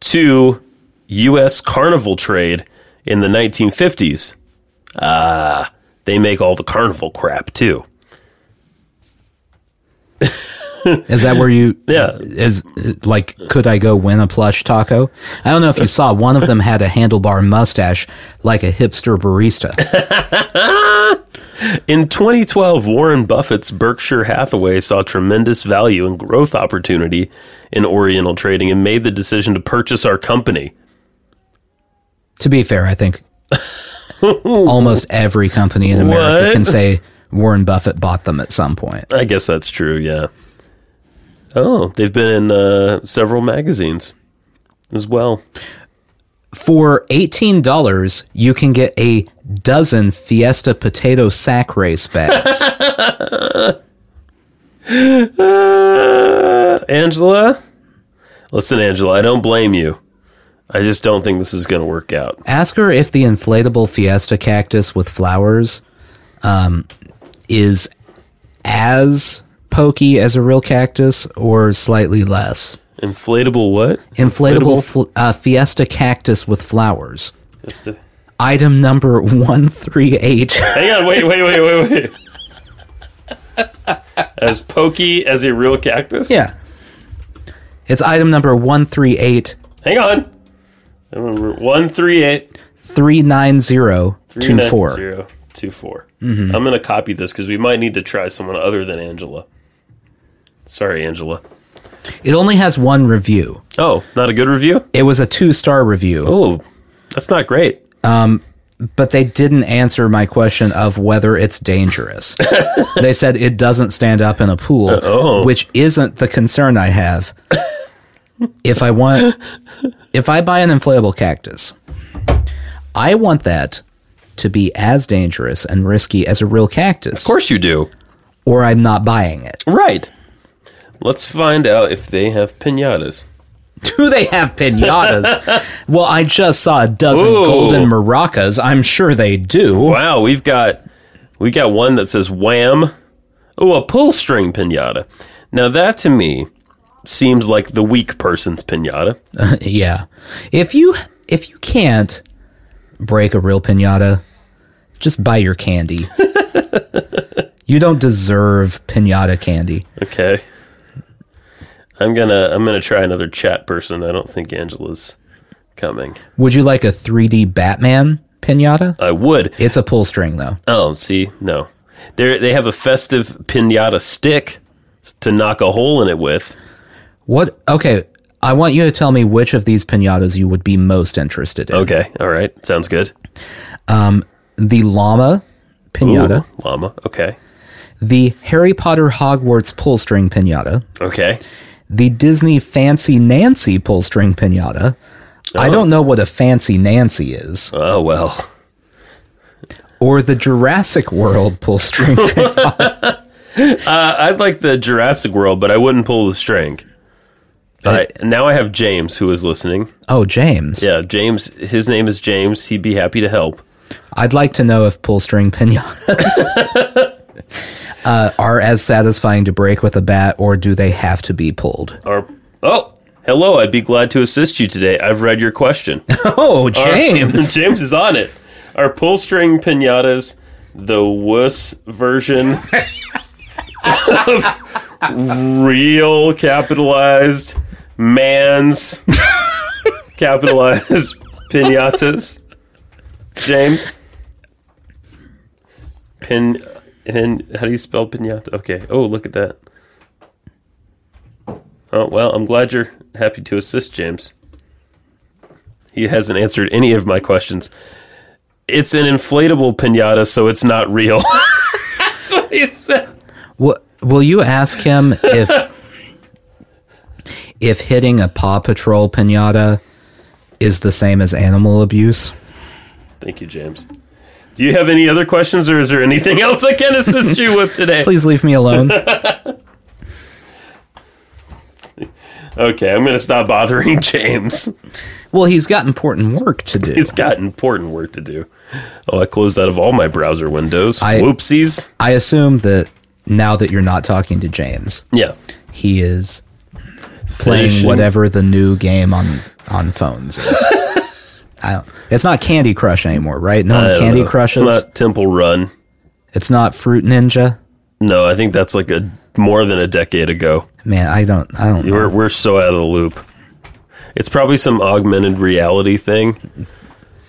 Speaker 2: to U.S. carnival trade in the 1950s. Ah, they make all the carnival crap too.
Speaker 1: Is that where you?
Speaker 2: [laughs] Yeah.
Speaker 1: Is like, could I go win a plush taco? I don't know if you saw. One of them had a handlebar mustache, like a hipster barista.
Speaker 2: In 2012, Warren Buffett's Berkshire Hathaway saw tremendous value and growth opportunity in Oriental trading and made the decision to purchase our company.
Speaker 1: to be fair, I
Speaker 2: [laughs]
Speaker 1: think almost every company in America
Speaker 2: What?
Speaker 1: can say Warren Buffett bought them at some point.
Speaker 2: I guess that's true, yeah. Oh, they've been in uh, several magazines as well.
Speaker 1: For eighteen dollars, you can get a dozen Fiesta potato sack race bags.
Speaker 2: Uh, Angela? Listen, Angela, I don't blame you. I just don't think this is going to work out.
Speaker 1: Ask her if the inflatable Fiesta cactus with flowers um, is as pokey as a real cactus or slightly less.
Speaker 2: Inflatable what?
Speaker 1: Inflatable, fl- uh, Fiesta cactus with flowers.
Speaker 2: Just a-
Speaker 1: Item number [laughs] 138.
Speaker 2: Hang on, wait, wait, wait, wait, wait. [laughs] as pokey as a real cactus?
Speaker 1: yeah. It's item number 138
Speaker 2: Hang on. I remember 138
Speaker 1: 39024.
Speaker 2: 39024. I'm going to copy this because we might need to try someone other than Angela. Sorry, Angela.
Speaker 1: It only has one review.
Speaker 2: Oh, not a good review?
Speaker 1: It was a two star review.
Speaker 2: Oh, that's not great.
Speaker 1: but they didn't answer my question of whether it's
Speaker 2: [laughs]
Speaker 1: dangerous. they said it doesn't stand up in a pool, which isn't the concern I have. if I want, if I buy an inflatable cactus, I want that to be as dangerous and risky as a real cactus,
Speaker 2: Of course you do.
Speaker 1: or I'm not buying it. [laughs]
Speaker 2: Right. Let's find out if they have pinatas.
Speaker 1: Do they have
Speaker 2: [laughs]
Speaker 1: pinatas? well, I just saw a dozen
Speaker 2: Ooh.
Speaker 1: golden maracas. I'm sure they do.
Speaker 2: Wow, we've got we got one that says wham. Oh, a pull string pinata. Now that to me seems like the weak person's pinata.
Speaker 1: Yeah. If you if you can't break a real piñata, just buy your
Speaker 2: [laughs]
Speaker 1: candy. you don't deserve piñata candy.
Speaker 2: Okay. I'm gonna I'm gonna try another chat person. I don't think Angela's coming.
Speaker 1: Would you like a 3D Batman piñata?
Speaker 2: I would.
Speaker 1: It's a pull string though.
Speaker 2: Oh, see, no. They they have a festive pinata stick to knock a hole in it with.
Speaker 1: What Okay, I want you to tell me which of these piñatas you would be most interested in.
Speaker 2: Okay, all right, sounds good.
Speaker 1: The llama piñata,
Speaker 2: Ooh, llama. Okay,
Speaker 1: the Harry Potter Hogwarts pull string piñata,
Speaker 2: okay.
Speaker 1: the Disney Fancy Nancy pull string piñata. I don't know what a fancy Nancy is.
Speaker 2: Oh well.
Speaker 1: or the Jurassic World pull string.
Speaker 2: I'd like the Jurassic World, but I wouldn't pull the string. All right, now I have James who is listening.
Speaker 1: oh, James,
Speaker 2: Yeah, James. His name is James. He'd be happy to help.
Speaker 1: I'd like to know if pull string pinatas uh, are as satisfying to break with a bat, or do they have to be pulled?
Speaker 2: Or oh, hello. I'd be glad to assist you today. I've read your question. [laughs]
Speaker 1: Oh,
Speaker 2: Our- [laughs]
Speaker 1: James,
Speaker 2: James is on it. Are pull string pinatas the wuss version of real capitalized man's capitalized pinatas? James? Pin. And how do you spell pinata? Okay. Oh, look at that. Oh, well, I'm glad you're happy to assist, James. He hasn't answered any of my questions. It's an inflatable pinata, so it's not real. [laughs] That's what he said.
Speaker 1: w- will you ask him if if hitting a Paw Patrol pinata is the same as animal abuse?
Speaker 2: Thank you, James. Do you have any other questions, or is there anything [laughs] else I can assist you with today?
Speaker 1: Please leave me alone.
Speaker 2: Okay, I'm going to stop bothering [laughs] James.
Speaker 1: well, he's got important work to do.
Speaker 2: He's got important work to do. Oh, I closed out of all my browser windows.
Speaker 1: I-
Speaker 2: Whoopsies.
Speaker 1: I assume that now that you're not talking to James,
Speaker 2: Yeah.
Speaker 1: he is playing
Speaker 2: Finishing-
Speaker 1: whatever the new game on on phones
Speaker 2: [laughs]
Speaker 1: is. I don't, it's not Candy Crush anymore, right? No
Speaker 2: I
Speaker 1: one
Speaker 2: don't
Speaker 1: Candy
Speaker 2: know.
Speaker 1: Crushes.
Speaker 2: It's not Temple Run.
Speaker 1: Fruit Ninja.
Speaker 2: No, I think that's like a more than a decade ago.
Speaker 1: Man, I don't, I don't
Speaker 2: We're
Speaker 1: know.
Speaker 2: we're so out of the loop. It's probably some augmented reality thing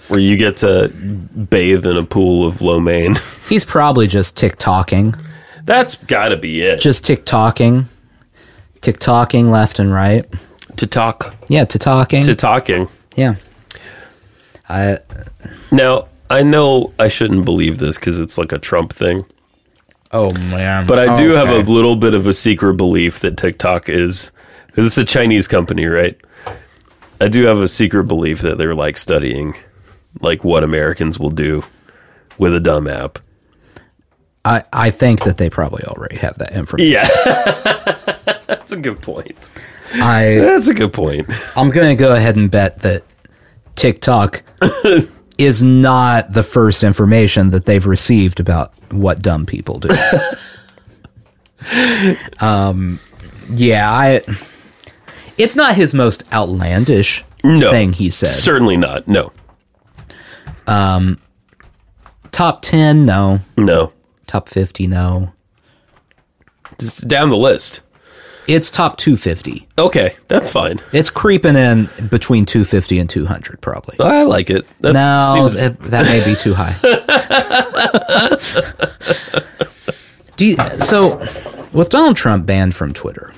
Speaker 2: where you get to bathe in a pool of lo mein. [laughs]
Speaker 1: He's probably just TikToking,
Speaker 2: That's got to be it.
Speaker 1: just TikToking, TikToking left and right.
Speaker 2: to talk
Speaker 1: Yeah, TikToking.
Speaker 2: to talking.
Speaker 1: yeah. I
Speaker 2: Now, I know I shouldn't believe this cuz it's like a Trump thing,
Speaker 4: Oh man!
Speaker 2: but I do have
Speaker 4: Okay.
Speaker 2: a little bit of a secret belief that TikTok is cuz it's a Chinese company, right? I do have a secret belief that they're like studying like what Americans will do with a dumb app.
Speaker 1: I, I think that they probably already have that information.
Speaker 2: Yeah. [laughs] That's a good point.
Speaker 1: I
Speaker 2: That's a good point.
Speaker 1: I'm gonna go ahead and bet that
Speaker 2: [laughs]
Speaker 1: TikTok is not the first information that they've received about what dumb people
Speaker 2: [laughs]
Speaker 1: do. um, yeah, I. It's not his most outlandish
Speaker 2: No.
Speaker 1: thing he said.
Speaker 2: Certainly not. No.
Speaker 1: Top ten, no.
Speaker 2: No.
Speaker 1: Top fifty, no.
Speaker 2: It's down the list.
Speaker 1: It's top two fifty.
Speaker 2: Okay, that's fine.
Speaker 1: It's creeping in between two fifty and two hundred, probably.
Speaker 2: I like it.
Speaker 1: [laughs]
Speaker 2: That
Speaker 1: No,
Speaker 2: seems-
Speaker 1: that, that may be too high. [laughs] Do you, so, with Donald Trump banned from Twitter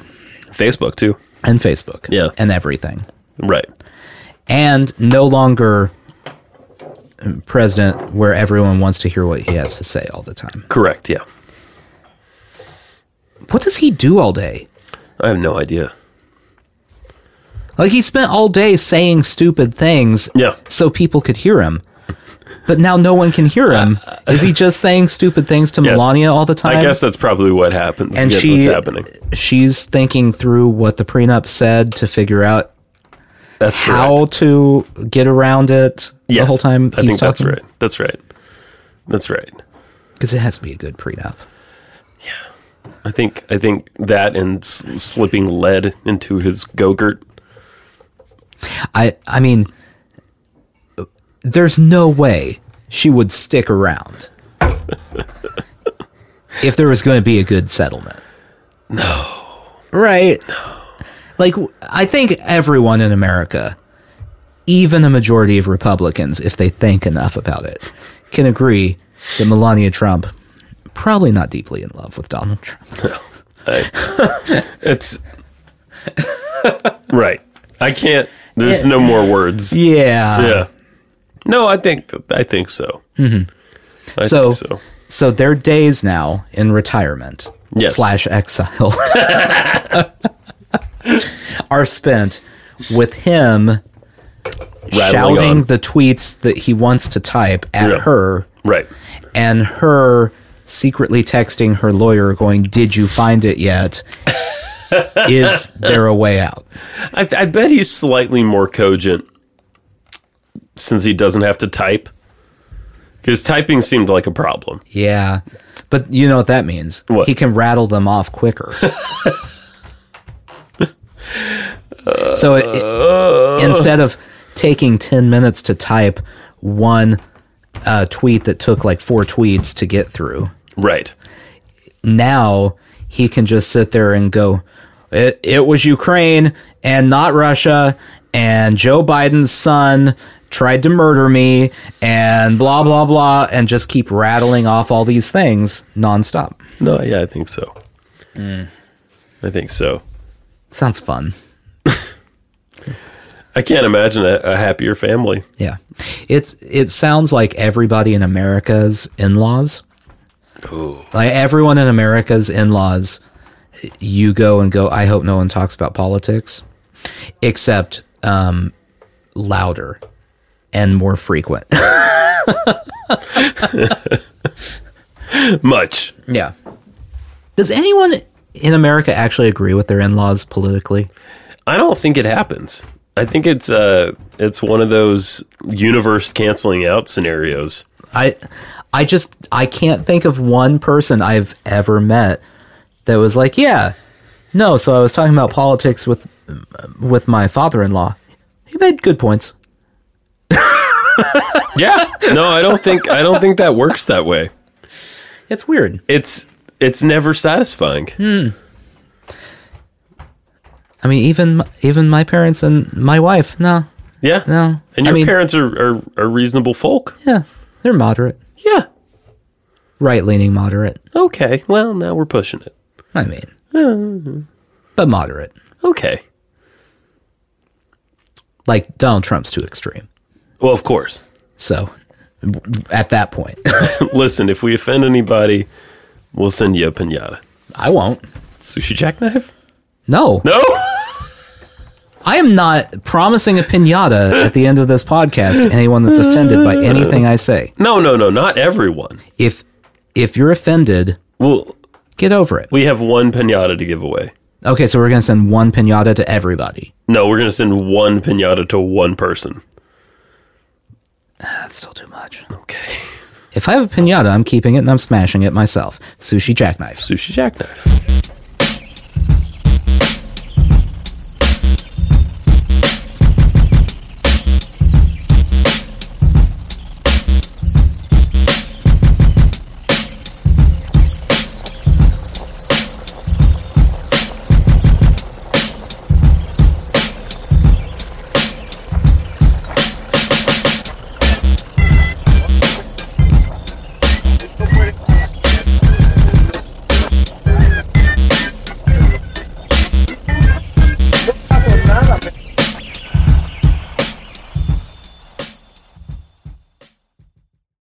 Speaker 2: Facebook too.
Speaker 1: and Facebook
Speaker 2: Yeah.
Speaker 1: and everything,
Speaker 2: Right.
Speaker 1: and no longer president where everyone wants to hear what he has to say all the time,
Speaker 2: Correct. Yeah.
Speaker 1: what does he do all day?
Speaker 2: I have no idea.
Speaker 1: Like, he spent all day saying stupid things
Speaker 2: Yeah.
Speaker 1: so people could hear him. But now no one can hear him. Is he just saying stupid things [laughs] to
Speaker 2: Yes.
Speaker 1: Melania all the time?
Speaker 2: I guess that's probably what happens.
Speaker 1: and
Speaker 2: yeah,
Speaker 1: she,
Speaker 2: what's happening?
Speaker 1: she's thinking through what the prenup said to figure out
Speaker 2: That's correct.
Speaker 1: how to get around it the
Speaker 2: Yes.
Speaker 1: whole time
Speaker 2: I
Speaker 1: he's
Speaker 2: think that's
Speaker 1: talking.
Speaker 2: right. That's right. That's right.
Speaker 1: Because it has to be a good prenup.
Speaker 2: I think I think that and s- slipping lead into his gogurt.
Speaker 1: I I mean, there's no way she would stick [laughs] around if there was going to be a good settlement. No. Right. No. Like w- I think everyone in America, even a majority of Republicans, if they think enough about it, can agree that Melania Trump probably not deeply in love with Donald Trump.
Speaker 2: It's [laughs] right. I can't. There's no more words.
Speaker 1: Yeah.
Speaker 2: Yeah. No, I think I think so. Mm-hmm. I
Speaker 1: So-
Speaker 2: think so.
Speaker 1: So their days now in retirement
Speaker 2: Yes.
Speaker 1: slash exile [laughs] are spent with him
Speaker 2: Rattling
Speaker 1: shouting
Speaker 2: on.
Speaker 1: the tweets that he wants to type at
Speaker 2: Yeah.
Speaker 1: her
Speaker 2: Right.
Speaker 1: and her secretly texting her lawyer going, Did you find it
Speaker 2: [laughs]
Speaker 1: yet? Is there a way out?
Speaker 2: I, I bet he's slightly more cogent since he doesn't have to type. Because typing seemed like a problem.
Speaker 1: Yeah. But you know what that means?
Speaker 2: What?
Speaker 1: He can rattle them off quicker. so it, it- instead of taking 10 minutes to type one uh, tweet that took like four tweets to get through,
Speaker 2: Right.
Speaker 1: now he can just sit there and go, it, it was Ukraine and not Russia, and Joe Biden's son tried to murder me, and blah, blah, blah, and just keep rattling off all these things nonstop.
Speaker 2: No, yeah, I think so.
Speaker 1: Mm.
Speaker 2: I think so.
Speaker 1: Sounds fun.
Speaker 2: I can't imagine a, a happier family. [laughs]
Speaker 1: Yeah. It's it sounds like everybody in America's in-laws. Like everyone in America's in-laws you go and go I hope no one talks about politics except um louder and more frequent. [laughs]
Speaker 2: Much.
Speaker 1: yeah. Does anyone in America actually agree with their in-laws politically?
Speaker 2: I don't think it happens. I think it's uh, it's one of those universe canceling out scenarios.
Speaker 1: I I just I can't think of one person I've ever met that was like, yeah, no. So I was talking about politics with with my father-in-law. He made good points.
Speaker 2: [laughs] Yeah. No, I don't think I don't think that works that way.
Speaker 1: It's weird.
Speaker 2: It's it's never satisfying.
Speaker 1: Hmm. I mean, even m- even my parents and my wife. No,
Speaker 2: Yeah.
Speaker 1: No,
Speaker 2: And
Speaker 1: I
Speaker 2: your
Speaker 1: mean-
Speaker 2: parents are, are, are reasonable folk.
Speaker 1: yeah, they're moderate,
Speaker 2: Yeah.
Speaker 1: right leaning, moderate.
Speaker 2: Okay. Well, now we're pushing it.
Speaker 1: I mean,
Speaker 2: Mm-hmm.
Speaker 1: but moderate.
Speaker 2: Okay.
Speaker 1: Like Donald Trump's too extreme.
Speaker 2: Well, of course.
Speaker 1: So w- at that point, [laughs]
Speaker 2: Listen, if we offend anybody, we'll send you a pinata.
Speaker 1: I won't.
Speaker 2: Sushi jackknife?
Speaker 1: No,
Speaker 2: No. [laughs]
Speaker 1: I am not promising a pinata at the end of this podcast to anyone that's offended by anything I say.
Speaker 2: No, no, no. Not everyone.
Speaker 1: If if you're offended,
Speaker 2: Well,
Speaker 1: get over it.
Speaker 2: we have one pinata to give away.
Speaker 1: Okay, so we're gonna send one pinata to everybody.
Speaker 2: No, we're going to send one pinata to one person.
Speaker 1: That's still too much.
Speaker 2: Okay.
Speaker 1: If I have a pinata, I'm keeping it and I'm smashing it myself. Sushi jackknife.
Speaker 2: Sushi jackknife.